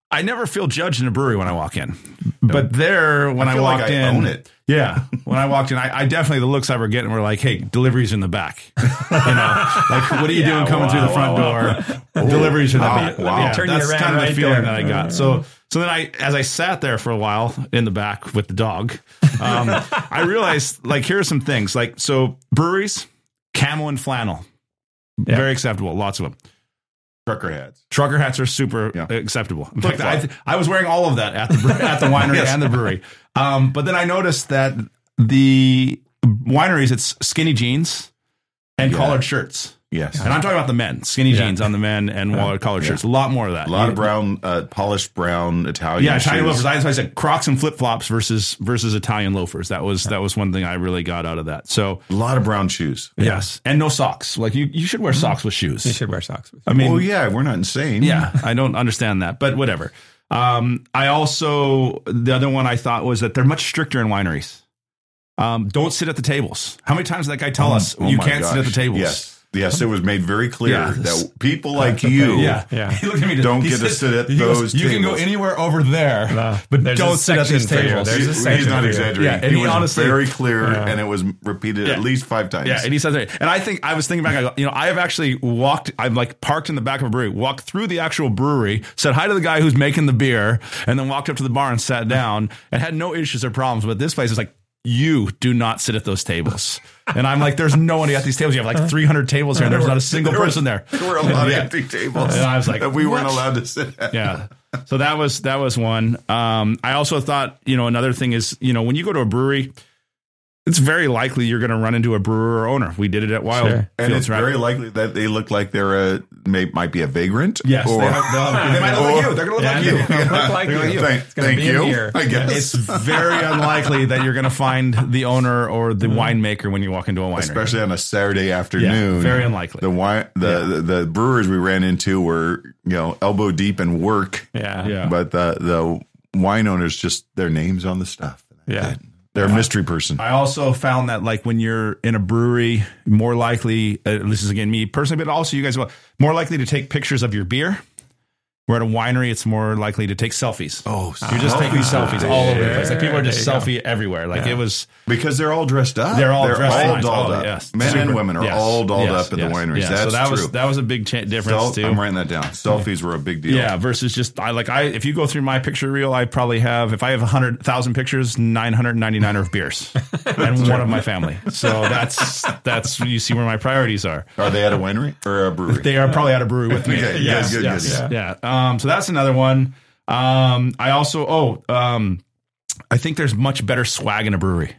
Speaker 3: I never feel judged in a brewery when I walk in, but there when I,
Speaker 2: feel like
Speaker 3: walked
Speaker 2: I
Speaker 3: in,
Speaker 2: own it.
Speaker 3: yeah. When I walked in, I, I definitely the looks I were getting were like, "Hey, deliveries in the back." You know, like what are you doing coming through the front door? deliveries in the
Speaker 2: Wow,
Speaker 3: back.
Speaker 2: wow.
Speaker 3: Yeah,
Speaker 4: Turn you
Speaker 3: that's
Speaker 4: around
Speaker 3: kind of the
Speaker 4: right
Speaker 3: feeling
Speaker 4: there.
Speaker 3: that I got. So, so then I, as I sat there for a while in the back with the dog, um, I realized like here are some things like so breweries, camel and flannel,
Speaker 4: Yeah.
Speaker 3: very acceptable, lots of them.
Speaker 2: Trucker hats.
Speaker 3: Trucker hats are super
Speaker 2: Yeah.
Speaker 3: acceptable. In fact, I, I was wearing all of that at the bre- at the winery
Speaker 2: Yes.
Speaker 3: and the brewery. Um, but then I noticed that the wineries it's skinny jeans and
Speaker 2: Yeah.
Speaker 3: collared shirts,
Speaker 2: Yes.
Speaker 3: and I'm talking about the men. Skinny jeans on the men and collared shirts. A lot more of that.
Speaker 2: A lot of brown, uh, polished brown Italian.
Speaker 3: Yeah, Italian
Speaker 2: shoes.
Speaker 3: loafers. I, so I said Crocs and flip flops versus versus Italian loafers. That was that was one thing I really got out of that. So
Speaker 2: A lot of brown shoes.
Speaker 3: yes, and no socks. Like you, you should wear socks with shoes.
Speaker 4: You should wear socks. With
Speaker 3: I mean,
Speaker 2: well, yeah, we're not insane.
Speaker 3: yeah, I don't understand that, but whatever. Um, I also the other one I thought was that they're much stricter in wineries. Um, don't sit at the tables. How many times did that guy tell us
Speaker 2: Oh
Speaker 3: you
Speaker 2: my
Speaker 3: can't sit at the
Speaker 2: gosh.
Speaker 3: tables?
Speaker 2: Yes. Yes, it was made very clear
Speaker 3: Yeah.
Speaker 2: that people like you.
Speaker 3: Yeah,
Speaker 4: Yeah.
Speaker 3: He looked at me. he
Speaker 2: Don't
Speaker 3: said-
Speaker 2: get to sit at
Speaker 3: he goes,
Speaker 2: those
Speaker 3: You can go
Speaker 2: tables."
Speaker 3: anywhere over there,
Speaker 4: No,
Speaker 3: but
Speaker 4: there's a
Speaker 3: don't sit at
Speaker 4: section
Speaker 3: these
Speaker 4: for you.
Speaker 3: tables.
Speaker 4: There's
Speaker 2: He-
Speaker 4: a section
Speaker 2: he's not
Speaker 4: for you.
Speaker 2: exaggerating.
Speaker 3: Yeah, and
Speaker 2: he,
Speaker 3: he
Speaker 2: was
Speaker 3: honestly-
Speaker 2: very clear, and it was repeated
Speaker 3: Yeah.
Speaker 2: at least five times.
Speaker 3: Yeah, and he says that. And I think I was thinking back. I go, you know, I have actually walked. I'm like parked in the back of a brewery, walked through the actual brewery, said hi to the guy who's making the beer, and then walked up to the bar and sat down and had no issues or problems. But this place is like, you do not sit at those tables. And I'm like, there's no one at these tables. You have like 300 tables here, and there's not a single person there.
Speaker 2: there were a lot
Speaker 3: Yeah.
Speaker 2: of empty tables.
Speaker 3: And I was like,
Speaker 2: that we weren't
Speaker 3: what?
Speaker 2: allowed to sit at.
Speaker 3: yeah. So that was that was one. Um, I also thought, you know, another thing is, you know, when you go to a brewery, it's very likely you're going to run into a brewer or owner. We did it at Wild,
Speaker 4: Sure.
Speaker 2: And
Speaker 3: Fields,
Speaker 2: it's
Speaker 3: right?
Speaker 2: very likely that they look like they're a may, might be a vagrant.
Speaker 3: Yes,
Speaker 2: or
Speaker 3: they, have, they, they might look like you. They're going to look
Speaker 4: Yeah,
Speaker 3: like you.
Speaker 4: they're gonna look like
Speaker 3: They're gonna
Speaker 4: you.
Speaker 2: Thank,
Speaker 4: gonna
Speaker 2: thank
Speaker 4: be in
Speaker 2: you.
Speaker 4: here.
Speaker 2: I guess
Speaker 3: It's very unlikely that you're going to find the owner or the winemaker when you walk into a winery.
Speaker 2: especially on a Saturday afternoon.
Speaker 3: Yeah, very unlikely.
Speaker 2: The wine, the, the the brewers we ran into were you know elbow deep in work,
Speaker 4: yeah.
Speaker 3: yeah.
Speaker 2: but the the wine owners just their names on the stuff.
Speaker 4: Yeah.
Speaker 2: They're a mystery person.
Speaker 3: I also found that like when you're in a brewery, more likely uh, this is again me personally, but also you guys are more likely to take pictures of your beer. We're at a winery; it's more likely to take selfies.
Speaker 2: Oh,
Speaker 3: you're just taking selfies all over the place. Like people are just
Speaker 4: There
Speaker 3: selfie
Speaker 4: you
Speaker 3: everywhere. Like it was
Speaker 2: because they're all dressed up.
Speaker 3: They're all dressed
Speaker 2: all
Speaker 3: nice.
Speaker 2: dolled
Speaker 3: Oh,
Speaker 2: up.
Speaker 3: yes.
Speaker 2: Men
Speaker 3: Super.
Speaker 2: and women are
Speaker 3: Yes.
Speaker 2: all dolled
Speaker 3: Yes.
Speaker 2: up in
Speaker 3: Yes.
Speaker 2: the wineries.
Speaker 3: Yeah.
Speaker 2: That's
Speaker 3: so that
Speaker 2: true.
Speaker 3: was that was a big cha- difference
Speaker 2: Sel-
Speaker 3: too.
Speaker 2: I'm writing that down. Selfies were a big deal.
Speaker 3: Yeah, versus just I like I if you go through my picture reel, I probably have if I have hundred thousand pictures, nine hundred ninety nine are of beers and one of my family. So that's that's you see where my priorities are.
Speaker 2: Are they at a winery or a brewery?
Speaker 3: They are probably at a brewery with me.
Speaker 2: Okay, good,
Speaker 3: yes,
Speaker 2: good,
Speaker 3: yes,
Speaker 2: good.
Speaker 3: yeah. Um, so that's another one. Um, I also oh um, I think there's much better swag in a brewery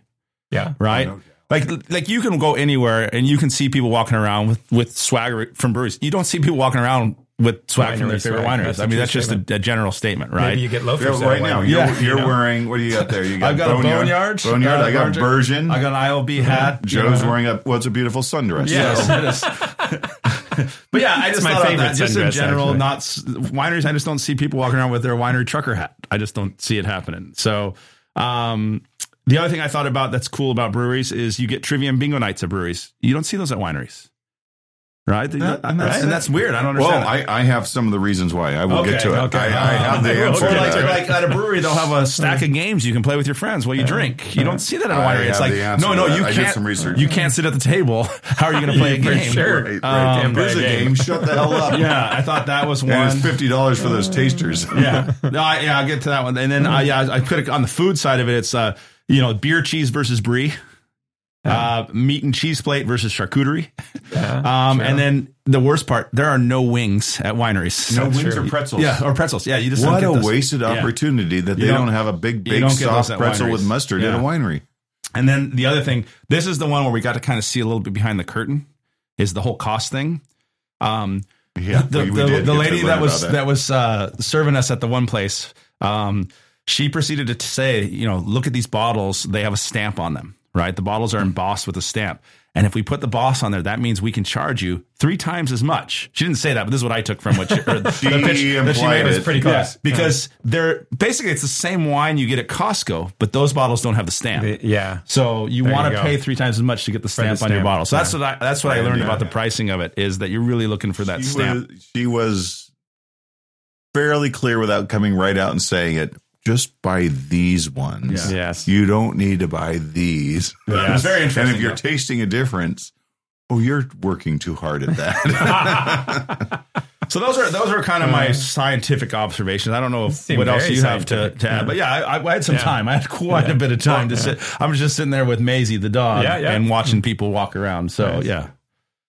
Speaker 4: Yeah.
Speaker 3: right? Like like you can go anywhere and you can see people walking around with with swagger from breweries. You don't see people walking around with swag from
Speaker 4: Winery
Speaker 3: their favorite
Speaker 4: swag.
Speaker 3: wineries.
Speaker 4: That's
Speaker 3: I
Speaker 4: a
Speaker 3: mean,
Speaker 4: true
Speaker 3: that's just a,
Speaker 4: statement.
Speaker 3: a general statement, right?
Speaker 4: Maybe you get loafers
Speaker 2: Yeah,
Speaker 4: at a
Speaker 2: right now,
Speaker 4: winery.
Speaker 2: you're,
Speaker 3: Yeah.
Speaker 2: you're wearing. What do you got there? You got
Speaker 3: I've got a boneyard.
Speaker 2: Boneyard. I got Bergen.
Speaker 3: I got an ILB hat.
Speaker 2: Joe's wearing a what's a beautiful sundress.
Speaker 3: Yes,
Speaker 2: So,
Speaker 3: it is. but yeah, I just
Speaker 4: my
Speaker 3: thought of
Speaker 4: favorite
Speaker 3: that. Just in
Speaker 4: sundress,
Speaker 3: general,
Speaker 4: actually.
Speaker 3: not s- wineries. I just don't see people walking around with their winery trucker hat. I just don't see it happening. So, um, the other thing I thought about that's cool about breweries is you get trivia and bingo nights at breweries. You don't see those at wineries. right?
Speaker 2: That-
Speaker 3: and, that's,
Speaker 2: that's-
Speaker 3: and that's weird. I don't
Speaker 2: Well,
Speaker 3: understand.
Speaker 2: I, I have some of the reasons why. I will get to it. I, I have the
Speaker 3: Or
Speaker 2: answer.
Speaker 3: like,
Speaker 2: to that.
Speaker 3: like at a brewery, they'll have a stack of games you can play with your friends while you drink. You don't see that at a
Speaker 2: I
Speaker 3: winery. It's
Speaker 2: have
Speaker 3: like,
Speaker 2: the answer
Speaker 3: no,
Speaker 2: to
Speaker 3: no,
Speaker 2: that.
Speaker 3: you
Speaker 2: I did
Speaker 3: can't.
Speaker 2: some research.
Speaker 3: You can't sit at the table. How are you going to play a game?
Speaker 4: sure.
Speaker 2: Right, right.
Speaker 3: Um,
Speaker 2: There's a game. Shut the hell up.
Speaker 3: Yeah, I thought that was
Speaker 2: And
Speaker 3: one.
Speaker 2: it's fifty dollars for those tasters.
Speaker 3: yeah, no, I, yeah, I'll get to that one. And then I, yeah, I- I put it on the food side of it. It's uh, you know, beer cheese versus brie, uh, meat and cheese plate versus charcuterie. um, and then the worst part, there are no wings at wineries.
Speaker 2: no wings or pretzels.
Speaker 3: Yeah, or pretzels. Yeah, you just
Speaker 2: What
Speaker 3: don't
Speaker 2: a
Speaker 3: get those.
Speaker 2: wasted
Speaker 3: Yeah.
Speaker 2: opportunity that they
Speaker 3: You don't-
Speaker 2: don't, have a big,
Speaker 3: you
Speaker 2: big
Speaker 3: don't get those
Speaker 2: soft
Speaker 3: at
Speaker 2: pretzel
Speaker 3: wineries.
Speaker 2: with mustard
Speaker 3: Yeah.
Speaker 2: at a winery.
Speaker 3: And then the other thing, this is the one where we got to kind of see a little bit behind the curtain, is the whole cost thing. Um,
Speaker 2: Yeah,
Speaker 3: the,
Speaker 2: we- we
Speaker 3: the,
Speaker 2: did
Speaker 3: the
Speaker 2: get to
Speaker 3: lady
Speaker 2: learn
Speaker 3: that was
Speaker 2: about
Speaker 3: that, was uh, serving us at the one place, um, she proceeded to say, you know, look at these bottles; they have a stamp on them, right? The bottles are embossed with a stamp, and if we put the boss on there, that means we can charge you three times as much. She didn't say that, but this is what I took from what she, or the
Speaker 2: She
Speaker 3: pitch that she
Speaker 2: implied
Speaker 3: made was
Speaker 2: it.
Speaker 3: pretty
Speaker 4: Yeah.
Speaker 3: close because they're basically it's the same wine you get at Costco, but those bottles don't have the stamp.
Speaker 4: yeah.
Speaker 3: So you
Speaker 4: There
Speaker 3: want
Speaker 4: you
Speaker 3: to
Speaker 4: go.
Speaker 3: pay three times as much to get the stamp,
Speaker 4: the
Speaker 3: on your
Speaker 4: stamp.
Speaker 3: bottle. So that's what I, that's what I learned
Speaker 2: Yeah.
Speaker 3: about the pricing of it is that you're really looking for that
Speaker 2: She
Speaker 3: stamp.
Speaker 2: was- she was fairly clear without coming right out and saying it. Just buy these ones.
Speaker 4: Yeah. Yes.
Speaker 2: You don't need to buy these.
Speaker 3: It was very interesting.
Speaker 2: And if you're
Speaker 3: though.
Speaker 2: tasting a difference, oh, you're working too hard at that.
Speaker 3: so those are those are kind of my scientific observations. I don't know if,
Speaker 4: Seem
Speaker 3: what else
Speaker 4: very
Speaker 3: you have to,
Speaker 4: scientific.
Speaker 3: to add, but yeah, I, I had some
Speaker 4: Yeah.
Speaker 3: time. I had quite a bit of time to sit. I was just sitting there with Maisie the dog
Speaker 4: Yeah, yeah.
Speaker 3: and watching people walk around. So
Speaker 4: Nice.
Speaker 3: yeah,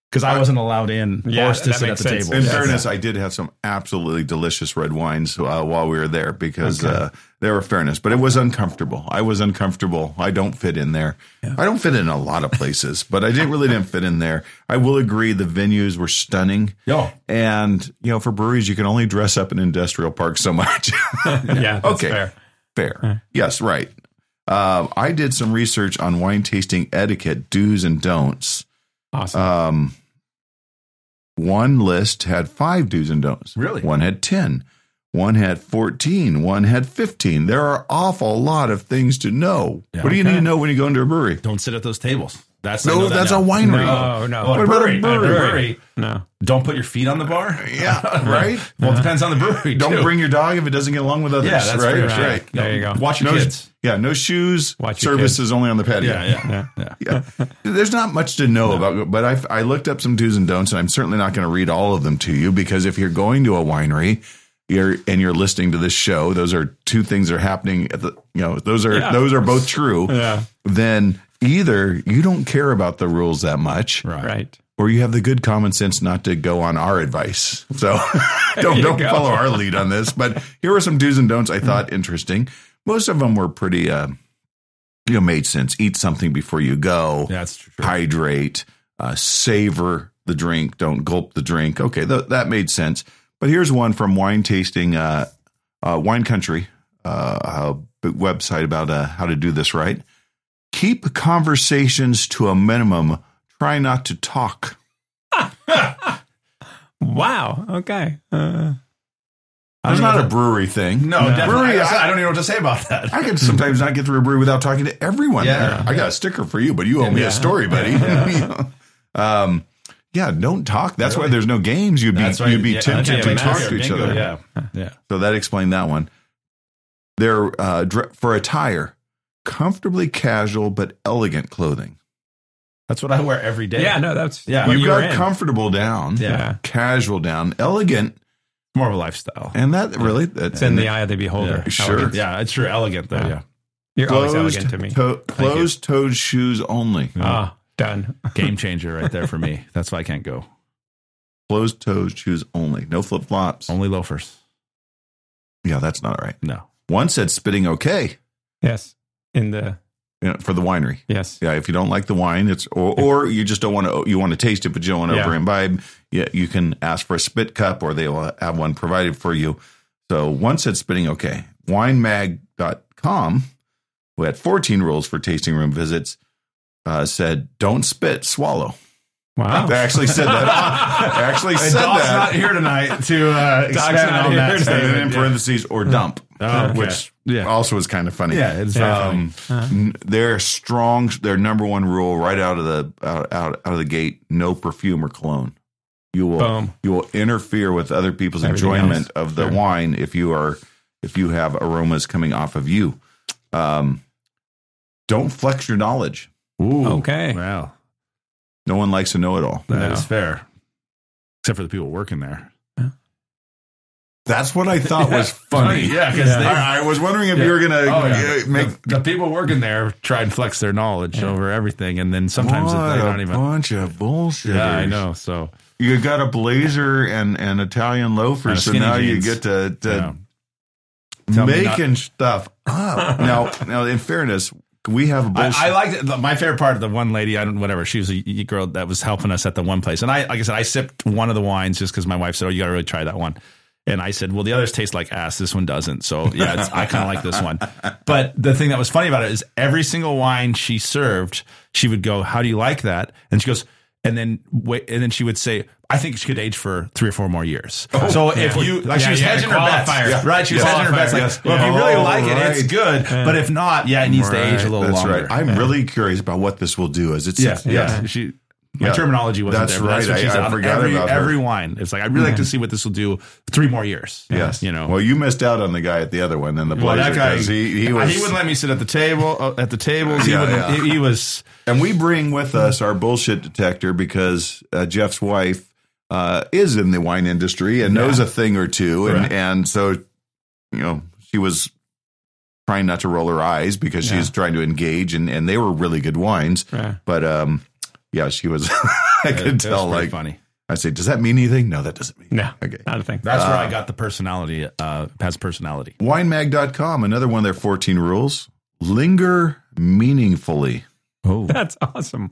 Speaker 3: because I wasn't allowed in
Speaker 4: Yeah,
Speaker 3: or to
Speaker 4: that
Speaker 3: sit at
Speaker 4: makes
Speaker 3: the
Speaker 4: sense.
Speaker 3: table.
Speaker 2: In
Speaker 4: Yeah.
Speaker 2: fairness, I did have some absolutely delicious red wines uh, while we were there because uh, they were fairness, but it was uncomfortable. I was uncomfortable. I don't fit in there. I don't fit in a lot of places, but I didn't really didn't fit in there. I will agree the venues were stunning.
Speaker 3: Yeah.
Speaker 2: And, you know, for breweries, you can only dress up in industrial park so much.
Speaker 4: Yeah. That's
Speaker 2: Okay.
Speaker 4: Fair.
Speaker 2: Fair. Yes, right. Uh, I did some research on wine tasting etiquette, do's and don'ts.
Speaker 4: Awesome.
Speaker 2: Um, one list had five do's and don'ts.
Speaker 3: Really?
Speaker 2: One had 10. One had 14. One had 15. There are awful lot of things to know.
Speaker 3: Yeah.
Speaker 2: what do you need to know when you go into a brewery?
Speaker 3: Don't sit at those tables. That's I know
Speaker 2: No,
Speaker 3: that
Speaker 2: that's
Speaker 3: now.
Speaker 2: a winery.
Speaker 4: no, no.
Speaker 3: Well,
Speaker 2: What about a
Speaker 3: At
Speaker 2: brewery?
Speaker 4: no. Uh-huh.
Speaker 3: Don't put your feet on the bar.
Speaker 2: Yeah, right?
Speaker 3: Well, it depends on the brewery.
Speaker 2: Don't
Speaker 3: too.
Speaker 2: bring your dog if it doesn't get along with others.
Speaker 3: Yeah, that's
Speaker 2: right?
Speaker 3: fair.
Speaker 2: right.
Speaker 3: Yeah.
Speaker 4: There you go.
Speaker 3: Watch your
Speaker 2: No,
Speaker 3: kids.
Speaker 2: yeah, no shoes.
Speaker 4: Watch your
Speaker 2: service
Speaker 4: kids.
Speaker 2: is only on the patio.
Speaker 3: Yeah, yeah, yeah.
Speaker 2: yeah. There's not much to know about, but I, I looked up some do's and don'ts, and I'm certainly not going to read all of them to you because if you're going to a winery, you're and you're listening to this show, those are two things that are happening. At the you know, those are
Speaker 4: Yeah.
Speaker 2: those are both true.
Speaker 4: Yeah.
Speaker 2: Then either you don't care about the rules that much,
Speaker 4: Right.
Speaker 2: or you have the good common sense not to go on our advice. So don't don't
Speaker 4: go.
Speaker 2: follow our lead on this. But here were some do's and don'ts I thought interesting. Most of them were pretty, uh, you know, made sense. Eat something before you go.
Speaker 3: That's true.
Speaker 2: Hydrate. Uh, savor the drink. Don't gulp the drink. Okay, th- that made sense. But here's one from wine tasting, uh, uh, wine country, uh, a website about uh, how to do this right keep conversations to a minimum. Try not to talk.
Speaker 4: Wow. Okay. Uh,
Speaker 2: It's not a brewery thing.
Speaker 3: No, definitely.
Speaker 2: brewery.
Speaker 3: I,
Speaker 2: I,
Speaker 3: I don't even know what to say about that.
Speaker 2: I can sometimes not get through a brewery without talking to everyone.
Speaker 3: Yeah.
Speaker 2: there. I got a sticker for you, but you owe me
Speaker 4: Yeah.
Speaker 2: a story, buddy. Yeah. um, yeah, don't talk. That's why there's no games. You'd be you'd be tempted to talk to each other.
Speaker 3: Yeah, yeah.
Speaker 2: So that explained that one. There uh, dre- for attire, comfortably casual but elegant clothing.
Speaker 3: That's what I wear every day.
Speaker 4: yeah. No, that's
Speaker 3: Yeah.
Speaker 4: what
Speaker 2: You've
Speaker 4: were
Speaker 2: got
Speaker 4: in.
Speaker 2: comfortable down,
Speaker 4: Yeah.
Speaker 2: casual down, elegant,
Speaker 3: more of a lifestyle.
Speaker 2: and that really that's
Speaker 4: It's in the eye of the beholder.
Speaker 2: Yeah, sure.
Speaker 4: Elegant.
Speaker 3: Yeah, it's sure elegant though.
Speaker 4: Yeah.
Speaker 3: Yeah,
Speaker 4: You're always
Speaker 2: closed,
Speaker 4: elegant to me.
Speaker 2: to- closed-toed shoes only.
Speaker 4: Ah, done.
Speaker 3: game changer right there for me. That's why I can't go.
Speaker 2: Closed-toed shoes only. No flip flops.
Speaker 3: Only loafers.
Speaker 2: Yeah, that's not all right.
Speaker 3: No.
Speaker 2: One said spitting okay
Speaker 4: Yes. In the
Speaker 2: you know, for the winery.
Speaker 4: yes.
Speaker 2: Yeah, if you don't like the wine, it's or, or you just don't want to you want to taste it, but you don't want to
Speaker 4: Yeah.
Speaker 2: over imbibe. Yeah, you can ask for a spit cup, or they will have one provided for you. So one said spitting okay. Winemag.com, who had 14 rules for tasting room visits, uh, said don't spit, swallow.
Speaker 4: Wow.
Speaker 2: They actually said that. They actually said that.
Speaker 3: here tonight to uh,
Speaker 4: expand on that
Speaker 2: and then in
Speaker 4: statement.
Speaker 2: parentheses or dump,
Speaker 3: Oh, okay.
Speaker 2: which
Speaker 3: Yeah.
Speaker 2: also is kind of funny.
Speaker 3: Yeah, it's very Uh-huh.
Speaker 2: um, n- their strong, their number one rule right out of the out, out out of the gate: no perfume or cologne. you will
Speaker 4: Boom.
Speaker 2: you will interfere with other people's
Speaker 4: Everything
Speaker 2: enjoyment
Speaker 4: else.
Speaker 2: of the wine if you are if you have aromas coming off of you. Um, don't flex your knowledge.
Speaker 3: Ooh.
Speaker 4: Okay.
Speaker 3: Wow.
Speaker 2: No one likes to know it all.
Speaker 3: that is
Speaker 4: No.
Speaker 3: fair. Except for the people working there.
Speaker 2: That's what I thought was funny.
Speaker 3: Yeah, because
Speaker 4: Yeah.
Speaker 3: they
Speaker 2: I, I was wondering if you were gonna
Speaker 3: Oh,
Speaker 2: uh,
Speaker 3: yeah.
Speaker 2: make
Speaker 3: the, the people working there try and flex their knowledge over everything, and then sometimes
Speaker 2: what
Speaker 3: they
Speaker 2: a
Speaker 3: don't even.
Speaker 2: bunch of bullshit.
Speaker 3: Yeah, I know. So
Speaker 2: You got a blazer and and Italian
Speaker 3: And a
Speaker 2: loafers, so
Speaker 3: skinny
Speaker 2: now you
Speaker 3: jeans.
Speaker 2: get to, to
Speaker 3: yeah. Tell me
Speaker 2: making stuff up. now, now, in fairness, we have a bullshit.
Speaker 3: I, I liked it. The- my favorite part of the one lady. I don't whatever. She was a y- girl that was helping us at the one place, and I like I said, I sipped one of the wines just because my wife said, "Oh, you got to really try that one." And I said, "Well, the others taste like ass. This one doesn't." So yeah, it's, I kind of like this one. But the thing that was funny about it is every single wine she served, she would go, "How do you like that?" And she goes. And then, wait, and then she would say, "I think she could age for three or four more years." so if you, like,
Speaker 4: Oh, Yeah,
Speaker 3: she was
Speaker 4: you had a
Speaker 3: hedging her bets,
Speaker 4: qualifier.
Speaker 3: Yeah. right? She was hedging her
Speaker 4: Qualifier,
Speaker 3: bets. Like,
Speaker 4: yes.
Speaker 3: well, if you
Speaker 2: Yeah.
Speaker 3: really
Speaker 2: Oh,
Speaker 3: like it, it's
Speaker 2: right.
Speaker 3: good. But if not, yeah, it needs to age a little
Speaker 2: That's
Speaker 3: longer.
Speaker 2: right. I'm really curious about what this will do. As it's
Speaker 3: Yeah, yeah.
Speaker 2: yeah.
Speaker 3: She, my
Speaker 2: Yeah.
Speaker 3: terminology wasn't
Speaker 2: That's
Speaker 3: there. but
Speaker 2: right.
Speaker 3: what
Speaker 2: I-
Speaker 3: she said.
Speaker 2: I forgot
Speaker 3: every,
Speaker 2: about her.
Speaker 3: every wine. It's like I'd really like to see what this will do three more years.
Speaker 2: Yes,
Speaker 3: you know.
Speaker 2: Well, you missed out on the guy at the other one, then the
Speaker 3: Well,
Speaker 2: blazer. 'cause he, he was,
Speaker 3: wouldn't let me sit at the table uh, at the tables. He,
Speaker 2: Yeah,
Speaker 3: wouldn't,
Speaker 2: yeah.
Speaker 3: He, he was
Speaker 2: and we bring with us our bullshit detector because uh, Jeff's wife uh, is in the wine industry and knows a thing or two, and
Speaker 3: Correct.
Speaker 2: and so you know she was trying not to roll her eyes because she's trying to engage, and and they were really good wines,
Speaker 4: Yeah.
Speaker 2: but um, yeah, she was. I
Speaker 3: it
Speaker 2: could
Speaker 3: was
Speaker 2: tell.
Speaker 3: pretty
Speaker 2: Like
Speaker 3: funny.
Speaker 2: I say, does that mean anything? No, that doesn't mean.
Speaker 4: No.
Speaker 2: Okay.
Speaker 4: Not a thing.
Speaker 3: That's where
Speaker 2: uh,
Speaker 3: I got the personality. Uh, has personality.
Speaker 2: Winemag.com, another one of their 14 rules. Linger meaningfully.
Speaker 3: Oh,
Speaker 4: That's awesome.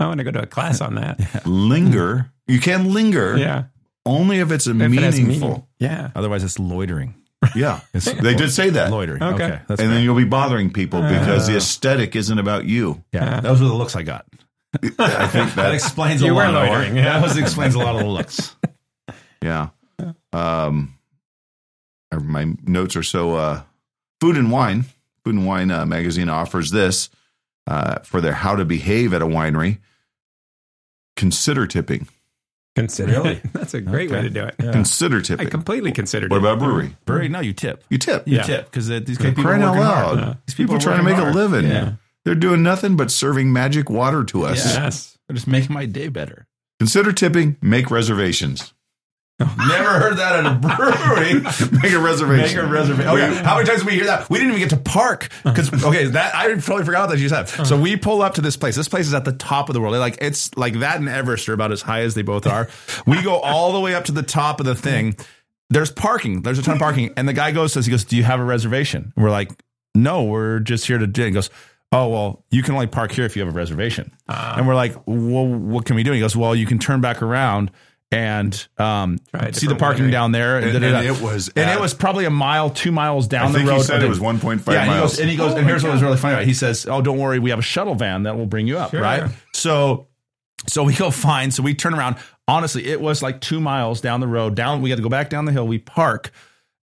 Speaker 4: I want to go to a class on that.
Speaker 2: Linger. You can linger
Speaker 4: Yeah.
Speaker 2: only if it's a
Speaker 4: If it has
Speaker 2: meaningful.
Speaker 4: meaning. Yeah.
Speaker 3: otherwise it's loitering.
Speaker 2: Yeah.
Speaker 3: It's
Speaker 2: They did say that.
Speaker 3: loitering.
Speaker 4: Okay.
Speaker 3: Okay,
Speaker 2: Uh,
Speaker 3: that's
Speaker 2: And
Speaker 3: fair.
Speaker 2: then you'll be bothering people because the aesthetic isn't about you.
Speaker 3: yeah, those were the looks I got.
Speaker 2: I think
Speaker 3: That
Speaker 2: that,
Speaker 3: explains a
Speaker 4: You were
Speaker 3: lot. of-
Speaker 4: loitering, yeah.
Speaker 3: That was explains a lot of the looks.
Speaker 2: yeah. Um, uh, my notes are so uh, food and wine. Food and Wine uh, magazine offers this uh, for their how to behave at a winery. Consider tipping.
Speaker 4: Consider
Speaker 3: Really?
Speaker 4: it. That's a great way
Speaker 3: Okay.
Speaker 4: to do it.
Speaker 2: Consider
Speaker 4: I
Speaker 2: tipping.
Speaker 4: completely considered
Speaker 2: what
Speaker 4: it.
Speaker 2: about brewery?
Speaker 3: Brewery, no, you tip.
Speaker 2: You tip.
Speaker 3: You
Speaker 4: Yeah.
Speaker 3: tip because these
Speaker 2: They're
Speaker 3: people
Speaker 2: crying
Speaker 3: are
Speaker 2: out
Speaker 3: working hard.
Speaker 2: loud.
Speaker 4: Yeah.
Speaker 3: These
Speaker 2: People,
Speaker 3: are
Speaker 2: trying to make
Speaker 3: working hard.
Speaker 2: a living.
Speaker 4: Yeah.
Speaker 2: They're doing nothing but serving magic water to us.
Speaker 3: Yeah.
Speaker 4: Yes.
Speaker 3: They're just making my day better.
Speaker 2: Consider tipping. Make reservations.
Speaker 3: Never heard that at a brewery.
Speaker 2: Make a
Speaker 3: Make
Speaker 2: reservation.
Speaker 3: a reservation. Oh yeah, how many times did we hear that? We didn't even get to park because
Speaker 4: Uh-huh.
Speaker 3: okay, that I totally forgot that you said. So we pull up to this place. This place is at the top of the world. They're like it's like that and Everest are about as high as they both are. we go all the way up to the top of the thing. There's parking. There's a ton of parking, and the guy goes says he goes, "Do you have a reservation?" And we're like, "No, we're just here to." do it." He goes. Oh well, you can only park here if you have a reservation.
Speaker 4: Ah.
Speaker 3: and we're like, well, what can we do? He goes, well, you can turn back around and um,
Speaker 4: Try a
Speaker 3: see the
Speaker 4: different
Speaker 3: parking
Speaker 4: winery.
Speaker 3: down there.
Speaker 2: And-
Speaker 3: da, da, da.
Speaker 2: and it was
Speaker 3: and
Speaker 2: at-
Speaker 3: it was probably a mile, two miles down
Speaker 2: I
Speaker 3: the
Speaker 2: think
Speaker 3: road.
Speaker 2: he said it was
Speaker 3: Then-
Speaker 2: 1.5
Speaker 3: yeah, and he
Speaker 2: miles.
Speaker 3: goes, and he goes, and here's what was really funny about it. He says, "Oh, don't worry, we have a shuttle van that will bring you up." Right. So, so we go fine. So we turn around. Honestly, it was like two miles down the road. Down, we had to go back down the hill. We park,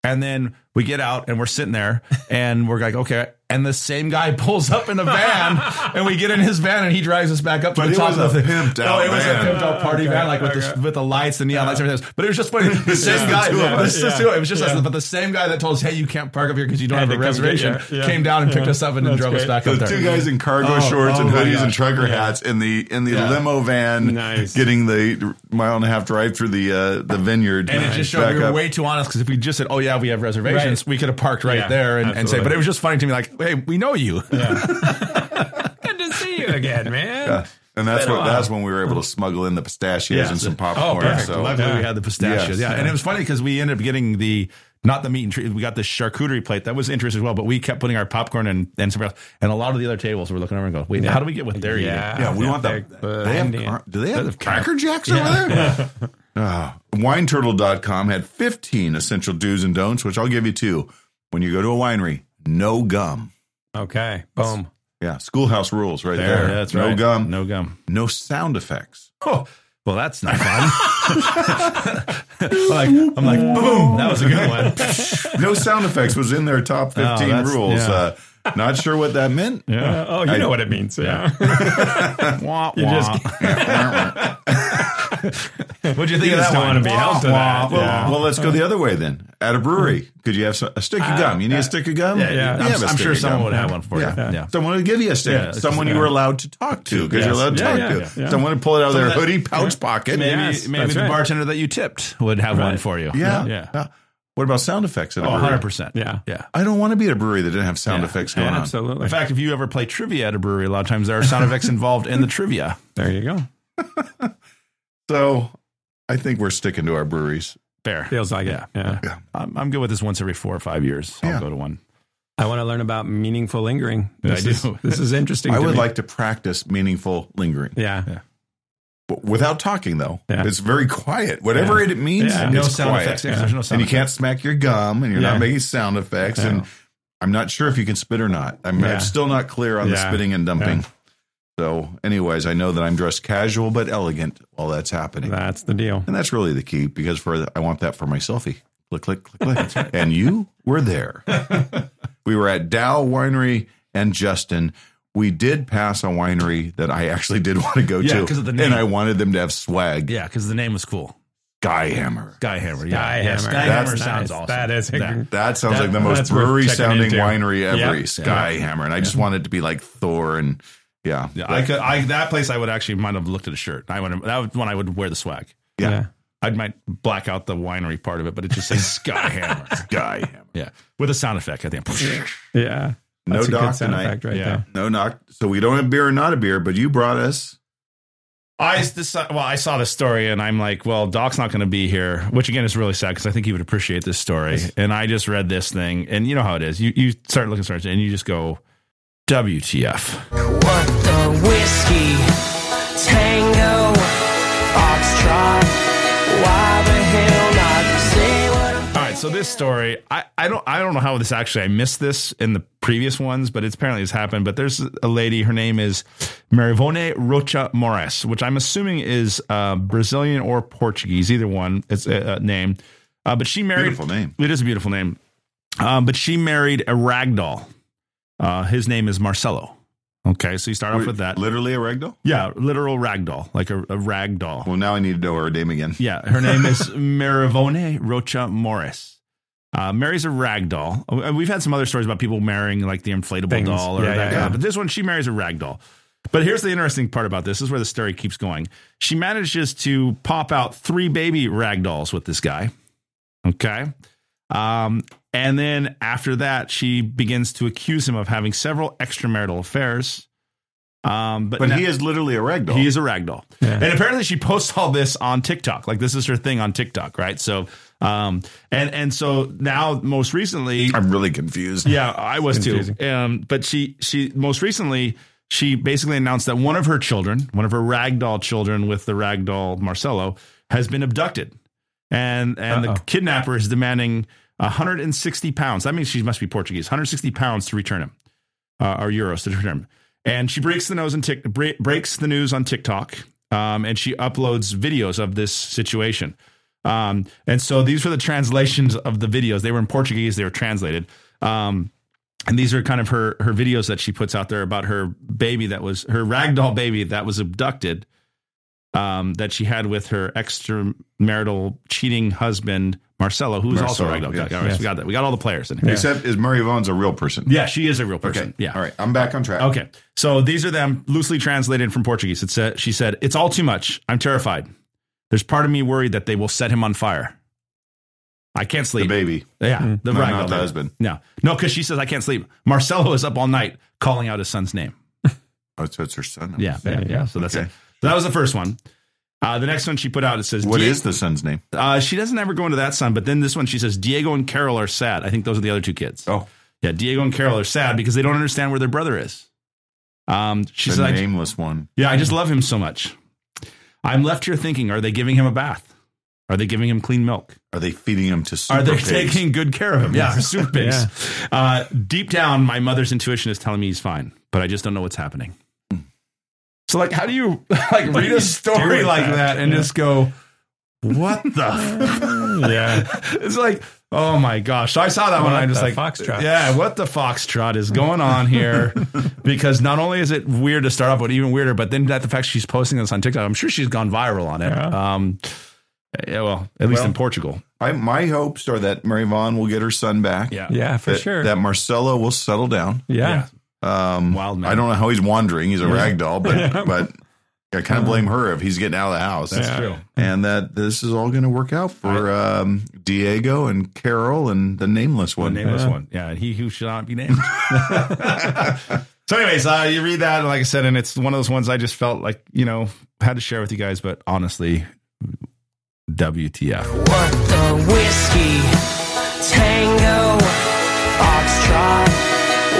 Speaker 3: and then we get out, and we're sitting there, and we're like, okay. And the same guy pulls up in a van, and we get in his van, and he drives us back up to
Speaker 2: But
Speaker 3: the
Speaker 2: it
Speaker 3: top
Speaker 2: was
Speaker 3: of the
Speaker 2: a
Speaker 3: thing.
Speaker 2: pimped
Speaker 3: No,
Speaker 2: out
Speaker 3: it was
Speaker 2: van.
Speaker 3: a pimped out party van, like with the with the lights, the neon lights, and everything. Else. But it was just funny. The same
Speaker 2: the
Speaker 3: guy.
Speaker 2: two of
Speaker 3: this-
Speaker 2: us.
Speaker 3: this two- it was just us. But the same guy that told us, "Hey, you can't park up here because you don't
Speaker 4: Had
Speaker 3: have a
Speaker 4: to come get
Speaker 3: reservation,"
Speaker 4: you. Yeah.
Speaker 3: came down and picked
Speaker 4: Yeah.
Speaker 3: us up and then
Speaker 4: That's
Speaker 3: drove us
Speaker 4: great.
Speaker 3: back up
Speaker 2: The
Speaker 3: there.
Speaker 2: two guys in cargo
Speaker 3: Oh,
Speaker 2: shorts
Speaker 3: oh
Speaker 2: and
Speaker 3: my
Speaker 2: hoodies and
Speaker 3: gosh.
Speaker 2: trucker hats in the in the limo van,
Speaker 4: Nice.
Speaker 2: getting the mile and a half drive through the uh, the vineyard.
Speaker 3: And it just showed
Speaker 2: back
Speaker 3: we were
Speaker 2: up.
Speaker 3: way too honest because if we just said, "Oh yeah, we have reservations,"
Speaker 4: Right.
Speaker 3: we could have parked right
Speaker 4: Yeah,
Speaker 3: there and, and say.
Speaker 4: absolutely.
Speaker 3: But it was just funny to me, like, "Hey, we know you."
Speaker 4: Good to see you again, man.
Speaker 2: and that's
Speaker 4: Been a
Speaker 2: what
Speaker 4: while.
Speaker 2: that's when we were able to smuggle in the pistachios
Speaker 3: Yeah.
Speaker 2: and some
Speaker 3: Oh,
Speaker 2: popcorn.
Speaker 3: perfect.
Speaker 2: so
Speaker 3: Luckily,
Speaker 4: Yeah.
Speaker 3: we had the
Speaker 2: Yes.
Speaker 3: pistachios. Yeah, and it was funny because we ended up getting the not the meat and treat. We got the charcuterie plate that was interesting as well. But we kept putting our popcorn and and some else. And a lot of the other tables were looking over and going, "Wait, how do we get what they're eating?"
Speaker 2: yeah, we
Speaker 4: Yeah,
Speaker 2: want the
Speaker 4: they're
Speaker 2: they have
Speaker 4: blending.
Speaker 2: car- do they have
Speaker 3: car-
Speaker 2: cracker jacks over there? Ah, wineturtle.com had 15 essential do's and don'ts, which I'll give you two. When you go to a winery, no gum.
Speaker 4: Okay. Boom.
Speaker 2: Yeah, schoolhouse rules right there.
Speaker 3: There, that's
Speaker 2: no
Speaker 3: right.
Speaker 2: gum, no.
Speaker 3: No gum.
Speaker 2: sound effects.
Speaker 3: Oh, well, that's not fun. like, I'm like, boom, that was a good one.
Speaker 2: No sound effects was in their top 15
Speaker 3: that's-
Speaker 2: rules.
Speaker 3: yeah.
Speaker 2: Uh, not sure what that meant.
Speaker 4: Uh, oh, you
Speaker 2: I-
Speaker 4: know what it means. Yeah.
Speaker 3: Wah,
Speaker 4: You
Speaker 3: wah.
Speaker 4: just-
Speaker 3: What'd you think
Speaker 2: You
Speaker 3: of
Speaker 2: just
Speaker 3: that
Speaker 2: don't
Speaker 3: one?
Speaker 4: wanna be held to that.
Speaker 2: Uh, Well,
Speaker 4: Yeah.
Speaker 2: well, let's go the other way then. At a brewery, could you have some, a stick of gum? You need a stick of gum?
Speaker 3: Hmm. Uh, Yeah,
Speaker 2: You
Speaker 3: I'm,
Speaker 4: yeah.
Speaker 2: have a
Speaker 3: I'm
Speaker 2: stick
Speaker 3: sure
Speaker 2: of
Speaker 3: someone
Speaker 2: gum.
Speaker 3: would have one for you.
Speaker 2: Yeah.
Speaker 3: Yeah.
Speaker 2: Someone would give you a stick.
Speaker 3: Yeah, it's
Speaker 2: someone
Speaker 3: just-
Speaker 2: you were
Speaker 3: yeah.
Speaker 2: allowed to talk to because
Speaker 3: Yes.
Speaker 2: you're allowed to
Speaker 4: Yeah,
Speaker 2: talk
Speaker 4: yeah,
Speaker 2: to.
Speaker 4: yeah, yeah.
Speaker 2: Someone would pull it out of their
Speaker 3: Someone that-
Speaker 2: hoodie pouch pocket.
Speaker 3: Maybe,
Speaker 4: Yes,
Speaker 3: maybe
Speaker 4: that's
Speaker 3: the
Speaker 4: right.
Speaker 3: bartender that you tipped would have one
Speaker 4: Right.
Speaker 3: for you.
Speaker 2: Yeah.
Speaker 3: Yeah.
Speaker 2: What about sound effects at a
Speaker 3: Oh,
Speaker 2: brewery?
Speaker 3: 100%.
Speaker 4: Yeah.
Speaker 3: Yeah.
Speaker 2: I don't want to be at a brewery that didn't have sound
Speaker 3: Yeah.
Speaker 2: effects going on.
Speaker 4: Absolutely.
Speaker 3: In fact, if you ever play trivia at a brewery, a lot of times there are sound effects involved in the trivia.
Speaker 4: there you go.
Speaker 2: So I think we're sticking to our breweries.
Speaker 3: Fair.
Speaker 4: Feels like
Speaker 3: Yeah.
Speaker 4: it. Yeah.
Speaker 3: I'm, I'm good with this once every four or five years. I'll
Speaker 2: Yeah.
Speaker 3: go to one.
Speaker 4: I want to learn about meaningful lingering.
Speaker 3: Yeah, I
Speaker 4: This,
Speaker 3: do.
Speaker 4: Is, this is interesting.
Speaker 2: I
Speaker 4: to
Speaker 2: would
Speaker 4: me.
Speaker 2: like to practice meaningful lingering
Speaker 4: Yeah.
Speaker 2: but without talking, though.
Speaker 4: Yeah.
Speaker 2: It's very quiet. Whatever
Speaker 4: Yeah.
Speaker 2: it means,
Speaker 4: Yeah.
Speaker 2: it's
Speaker 3: No sound
Speaker 2: quiet.
Speaker 3: effects. Yeah, There's no
Speaker 2: and
Speaker 3: sound
Speaker 2: you can't smack your gum, and you're
Speaker 4: Yeah.
Speaker 2: not making sound effects. And I'm not sure if you can spit or not. I'm,
Speaker 4: Yeah.
Speaker 2: I'm still not clear on the
Speaker 4: Yeah.
Speaker 2: spitting and dumping. So, anyways, I know that I'm dressed casual but elegant while that's happening,
Speaker 4: That's the deal.
Speaker 2: and that's really the key because for the, I want that for my selfie. Click, click, click, click. and you were there. we were at Dow Winery and Justin. We did pass a winery that I actually did want to go
Speaker 3: Yeah,
Speaker 2: to
Speaker 3: 'cause of the name.
Speaker 2: and I wanted them to have swag.
Speaker 3: Yeah, because the name was cool.
Speaker 2: Skyhammer.
Speaker 3: Sky Hammer. Yeah.
Speaker 4: Sky
Speaker 3: Yeah,
Speaker 4: Hammer.
Speaker 3: Sky
Speaker 4: That's
Speaker 3: Hammer sounds
Speaker 4: nice.
Speaker 3: awesome.
Speaker 4: That is-
Speaker 3: Yeah.
Speaker 2: That sounds
Speaker 4: That-
Speaker 2: like the most
Speaker 4: that's worth
Speaker 2: brewery
Speaker 4: checking
Speaker 2: sounding
Speaker 4: into.
Speaker 2: winery ever.
Speaker 4: Yeah.
Speaker 2: Skyhammer, and I just want it to be like Thor and yeah,
Speaker 3: Yeah, I
Speaker 2: Like,
Speaker 3: could. I that place I would actually might have looked at a shirt. I would. That was one I would wear the swag.
Speaker 2: Yeah.
Speaker 3: I might black out the winery part of it, but it just says Sky Hammer.
Speaker 2: Skyhammer.
Speaker 3: Yeah, with a sound effect. I think.
Speaker 4: Yeah. Yeah.
Speaker 2: No
Speaker 4: That's a
Speaker 2: doc
Speaker 4: good sound
Speaker 2: tonight.
Speaker 4: effect right
Speaker 3: Yeah.
Speaker 4: there.
Speaker 2: No knock. So we don't have beer or not a beer, but you brought us.
Speaker 3: I decided, well, I saw this story and I'm like, well, Doc's not going to be here, which again is really sad because I think he would appreciate this story. And I just read this thing, and you know how it is. You you start looking at and you just go, WTF?
Speaker 6: What the whiskey? Tango, foxtrot. Why the hell not say what I'm
Speaker 3: All right, so this story, I, I don't I don't know how this actually I missed this in the previous ones, but it's apparently has happened. But there's a lady, her name is Marivone Rocha Mores, which I'm assuming is uh, Brazilian or Portuguese, either one. It's a, a name, uh, but she married.
Speaker 2: Beautiful name.
Speaker 3: It is a beautiful name, um, but she married a ragdoll. Uh, his name is Marcelo. Okay, so you start off with that.
Speaker 2: Literally a ragdoll.
Speaker 3: Yeah, literal ragdoll, like a, a ragdoll.
Speaker 2: Well, now I need to know her name again.
Speaker 3: Yeah, her name is Marivone Rocha Morris. Uh, marries a rag doll. Uh, We've had some other stories about people marrying like the inflatable
Speaker 4: Things.
Speaker 3: doll or that
Speaker 4: Yeah, yeah,
Speaker 3: kind of-
Speaker 4: yeah.
Speaker 3: But this one, she marries a rag doll. But here's the interesting part about this. This is where the story keeps going. She manages to pop out three baby rag dolls with this guy. Okay. Um, and then after that, she begins to accuse him of having several extramarital affairs. Um, but
Speaker 2: But
Speaker 3: na-
Speaker 2: he is literally a ragdoll.
Speaker 3: he is a ragdoll. And apparently she posts all this on TikTok. Like this is her thing on TikTok, right? So um and and so now most recently
Speaker 2: I'm really confused.
Speaker 3: yeah, I was
Speaker 4: Confusing.
Speaker 3: too. Um but she she most recently she basically announced that one of her children, one of her ragdoll children with the ragdoll Marcello has been abducted. And and the
Speaker 4: Uh-oh.
Speaker 3: kidnapper is demanding 160 pounds. That means she must be Portuguese. 160 pounds to return him uh, or euros to determine. And she breaks the news on Tik bre- breaks the news on TikTok, um, and she uploads videos of this situation. Um, and so these were the translations of the videos. They were in Portuguese. They were translated. Um, and these are kind of her her videos that she puts out there about her baby that was her ragdoll baby that was abducted, um, that she had with her extramarital cheating husband Marcelo, who was also
Speaker 2: Marcelo,
Speaker 3: ragdoll.
Speaker 2: yes.
Speaker 3: Okay, all right, so we got that. We got all the players in here.
Speaker 2: Except is Murray Vaughn's a real person?
Speaker 3: Yeah, she is a real person.
Speaker 2: Okay.
Speaker 3: Yeah.
Speaker 2: All right. I'm back on track.
Speaker 3: Okay. So these are them loosely translated from Portuguese. It said, she said, It's all too much. I'm terrified. There's part of me worried that they will set him on fire. I can't
Speaker 2: The
Speaker 3: sleep.
Speaker 2: baby.
Speaker 3: Yeah. The
Speaker 2: No,
Speaker 3: ragdoll
Speaker 2: not the
Speaker 3: baby.
Speaker 2: husband.
Speaker 3: No. No, because she says, I can't sleep. Marcelo is up all night calling out his son's name.
Speaker 2: Oh, so it's her son.
Speaker 3: Yeah. Yeah.
Speaker 4: you
Speaker 3: yeah.
Speaker 4: go.
Speaker 3: So that's
Speaker 2: Okay.
Speaker 3: it. So that was the first one. Uh, the next one she put out, it says,
Speaker 2: What
Speaker 3: "Die-
Speaker 2: is the son's name?
Speaker 3: Uh, she doesn't ever go into that son, but then this one she says, Diego and Carol are sad. I think those are the other two kids.
Speaker 2: Oh,
Speaker 3: Yeah. Diego and Carol are sad because they don't understand where their brother is. Um, she
Speaker 2: the
Speaker 3: said, I,
Speaker 2: nameless one.
Speaker 3: Yeah, I just love him so much. I'm left here thinking, are they giving him a bath? Are they giving him clean milk?
Speaker 2: Are they feeding him to? Super
Speaker 3: Are they
Speaker 2: pigs?
Speaker 3: taking good care of him? Yeah, super pigs. Uh, deep down, my mother's intuition is telling me he's fine, but I just don't know what's happening. So, like, how do you like read a story
Speaker 4: with
Speaker 3: like that,
Speaker 4: that?
Speaker 3: and just go, "What the?"
Speaker 4: Yeah.
Speaker 3: it's like, oh my gosh! So I saw that one.
Speaker 4: What
Speaker 3: I just
Speaker 4: the
Speaker 3: like
Speaker 4: foxtrot?
Speaker 3: Yeah, what the foxtrot is going on here? because not only is it weird to start off, but even weirder. But then that the fact she's posting this on TikTok, I'm sure she's gone viral on it.
Speaker 4: Yeah.
Speaker 3: Um, Yeah, well, at least
Speaker 2: Well,
Speaker 3: in Portugal.
Speaker 2: I, my hopes are that Mary Vaughn will get her son back.
Speaker 3: Yeah.
Speaker 4: Yeah, for
Speaker 2: that,
Speaker 4: sure.
Speaker 2: That Marcelo will settle down.
Speaker 4: yeah.
Speaker 2: Um,
Speaker 3: Mm, Wild man.
Speaker 2: I don't know how he's wandering. He's a rag doll, but but I kind of blame her if he's getting out of the house.
Speaker 3: That's true.
Speaker 2: And that this is all going to work out for um, Diego and Carol and the nameless
Speaker 3: The
Speaker 2: one.
Speaker 3: nameless one. Yeah, and he who shall not be named. so, anyways, uh, you read that, like I said, and it's one of those ones I just felt like, you know, had to share with you guys, but honestly, WTF.
Speaker 6: What the whiskey? Tango, foxtrot.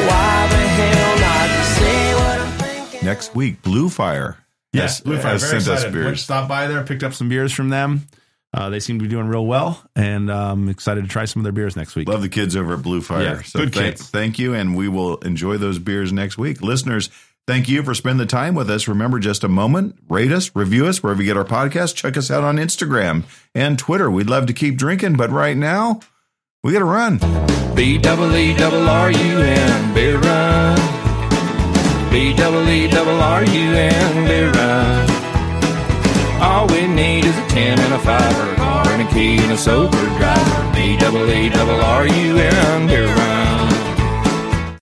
Speaker 6: Why the hell not say what I'm thinking?
Speaker 2: Next week, Blue Fire.
Speaker 3: Yes, Blue Fire.
Speaker 2: has sent
Speaker 3: Very
Speaker 2: us
Speaker 3: excited. Went,
Speaker 2: beers.
Speaker 3: stopped by there, picked up some beers from them. Uh, they seem to be doing real well, and um, excited to try some of their beers next week.
Speaker 2: Love the kids over at Blue Fire.
Speaker 3: Yeah,
Speaker 2: so
Speaker 3: good
Speaker 2: thank,
Speaker 3: kids.
Speaker 2: thank you, and we will enjoy those beers next week. Listeners, thank you for spending the time with us. Remember, just a moment, rate us, review us wherever you get our podcast. Check us out on Instagram and Twitter. We'd love to keep drinking, but right now, we got to run.
Speaker 7: B double E double R U N beer run. B double E double R U N beer run. All we need is a ten and a five, or a car and a key and a sober driver. B double E double R U N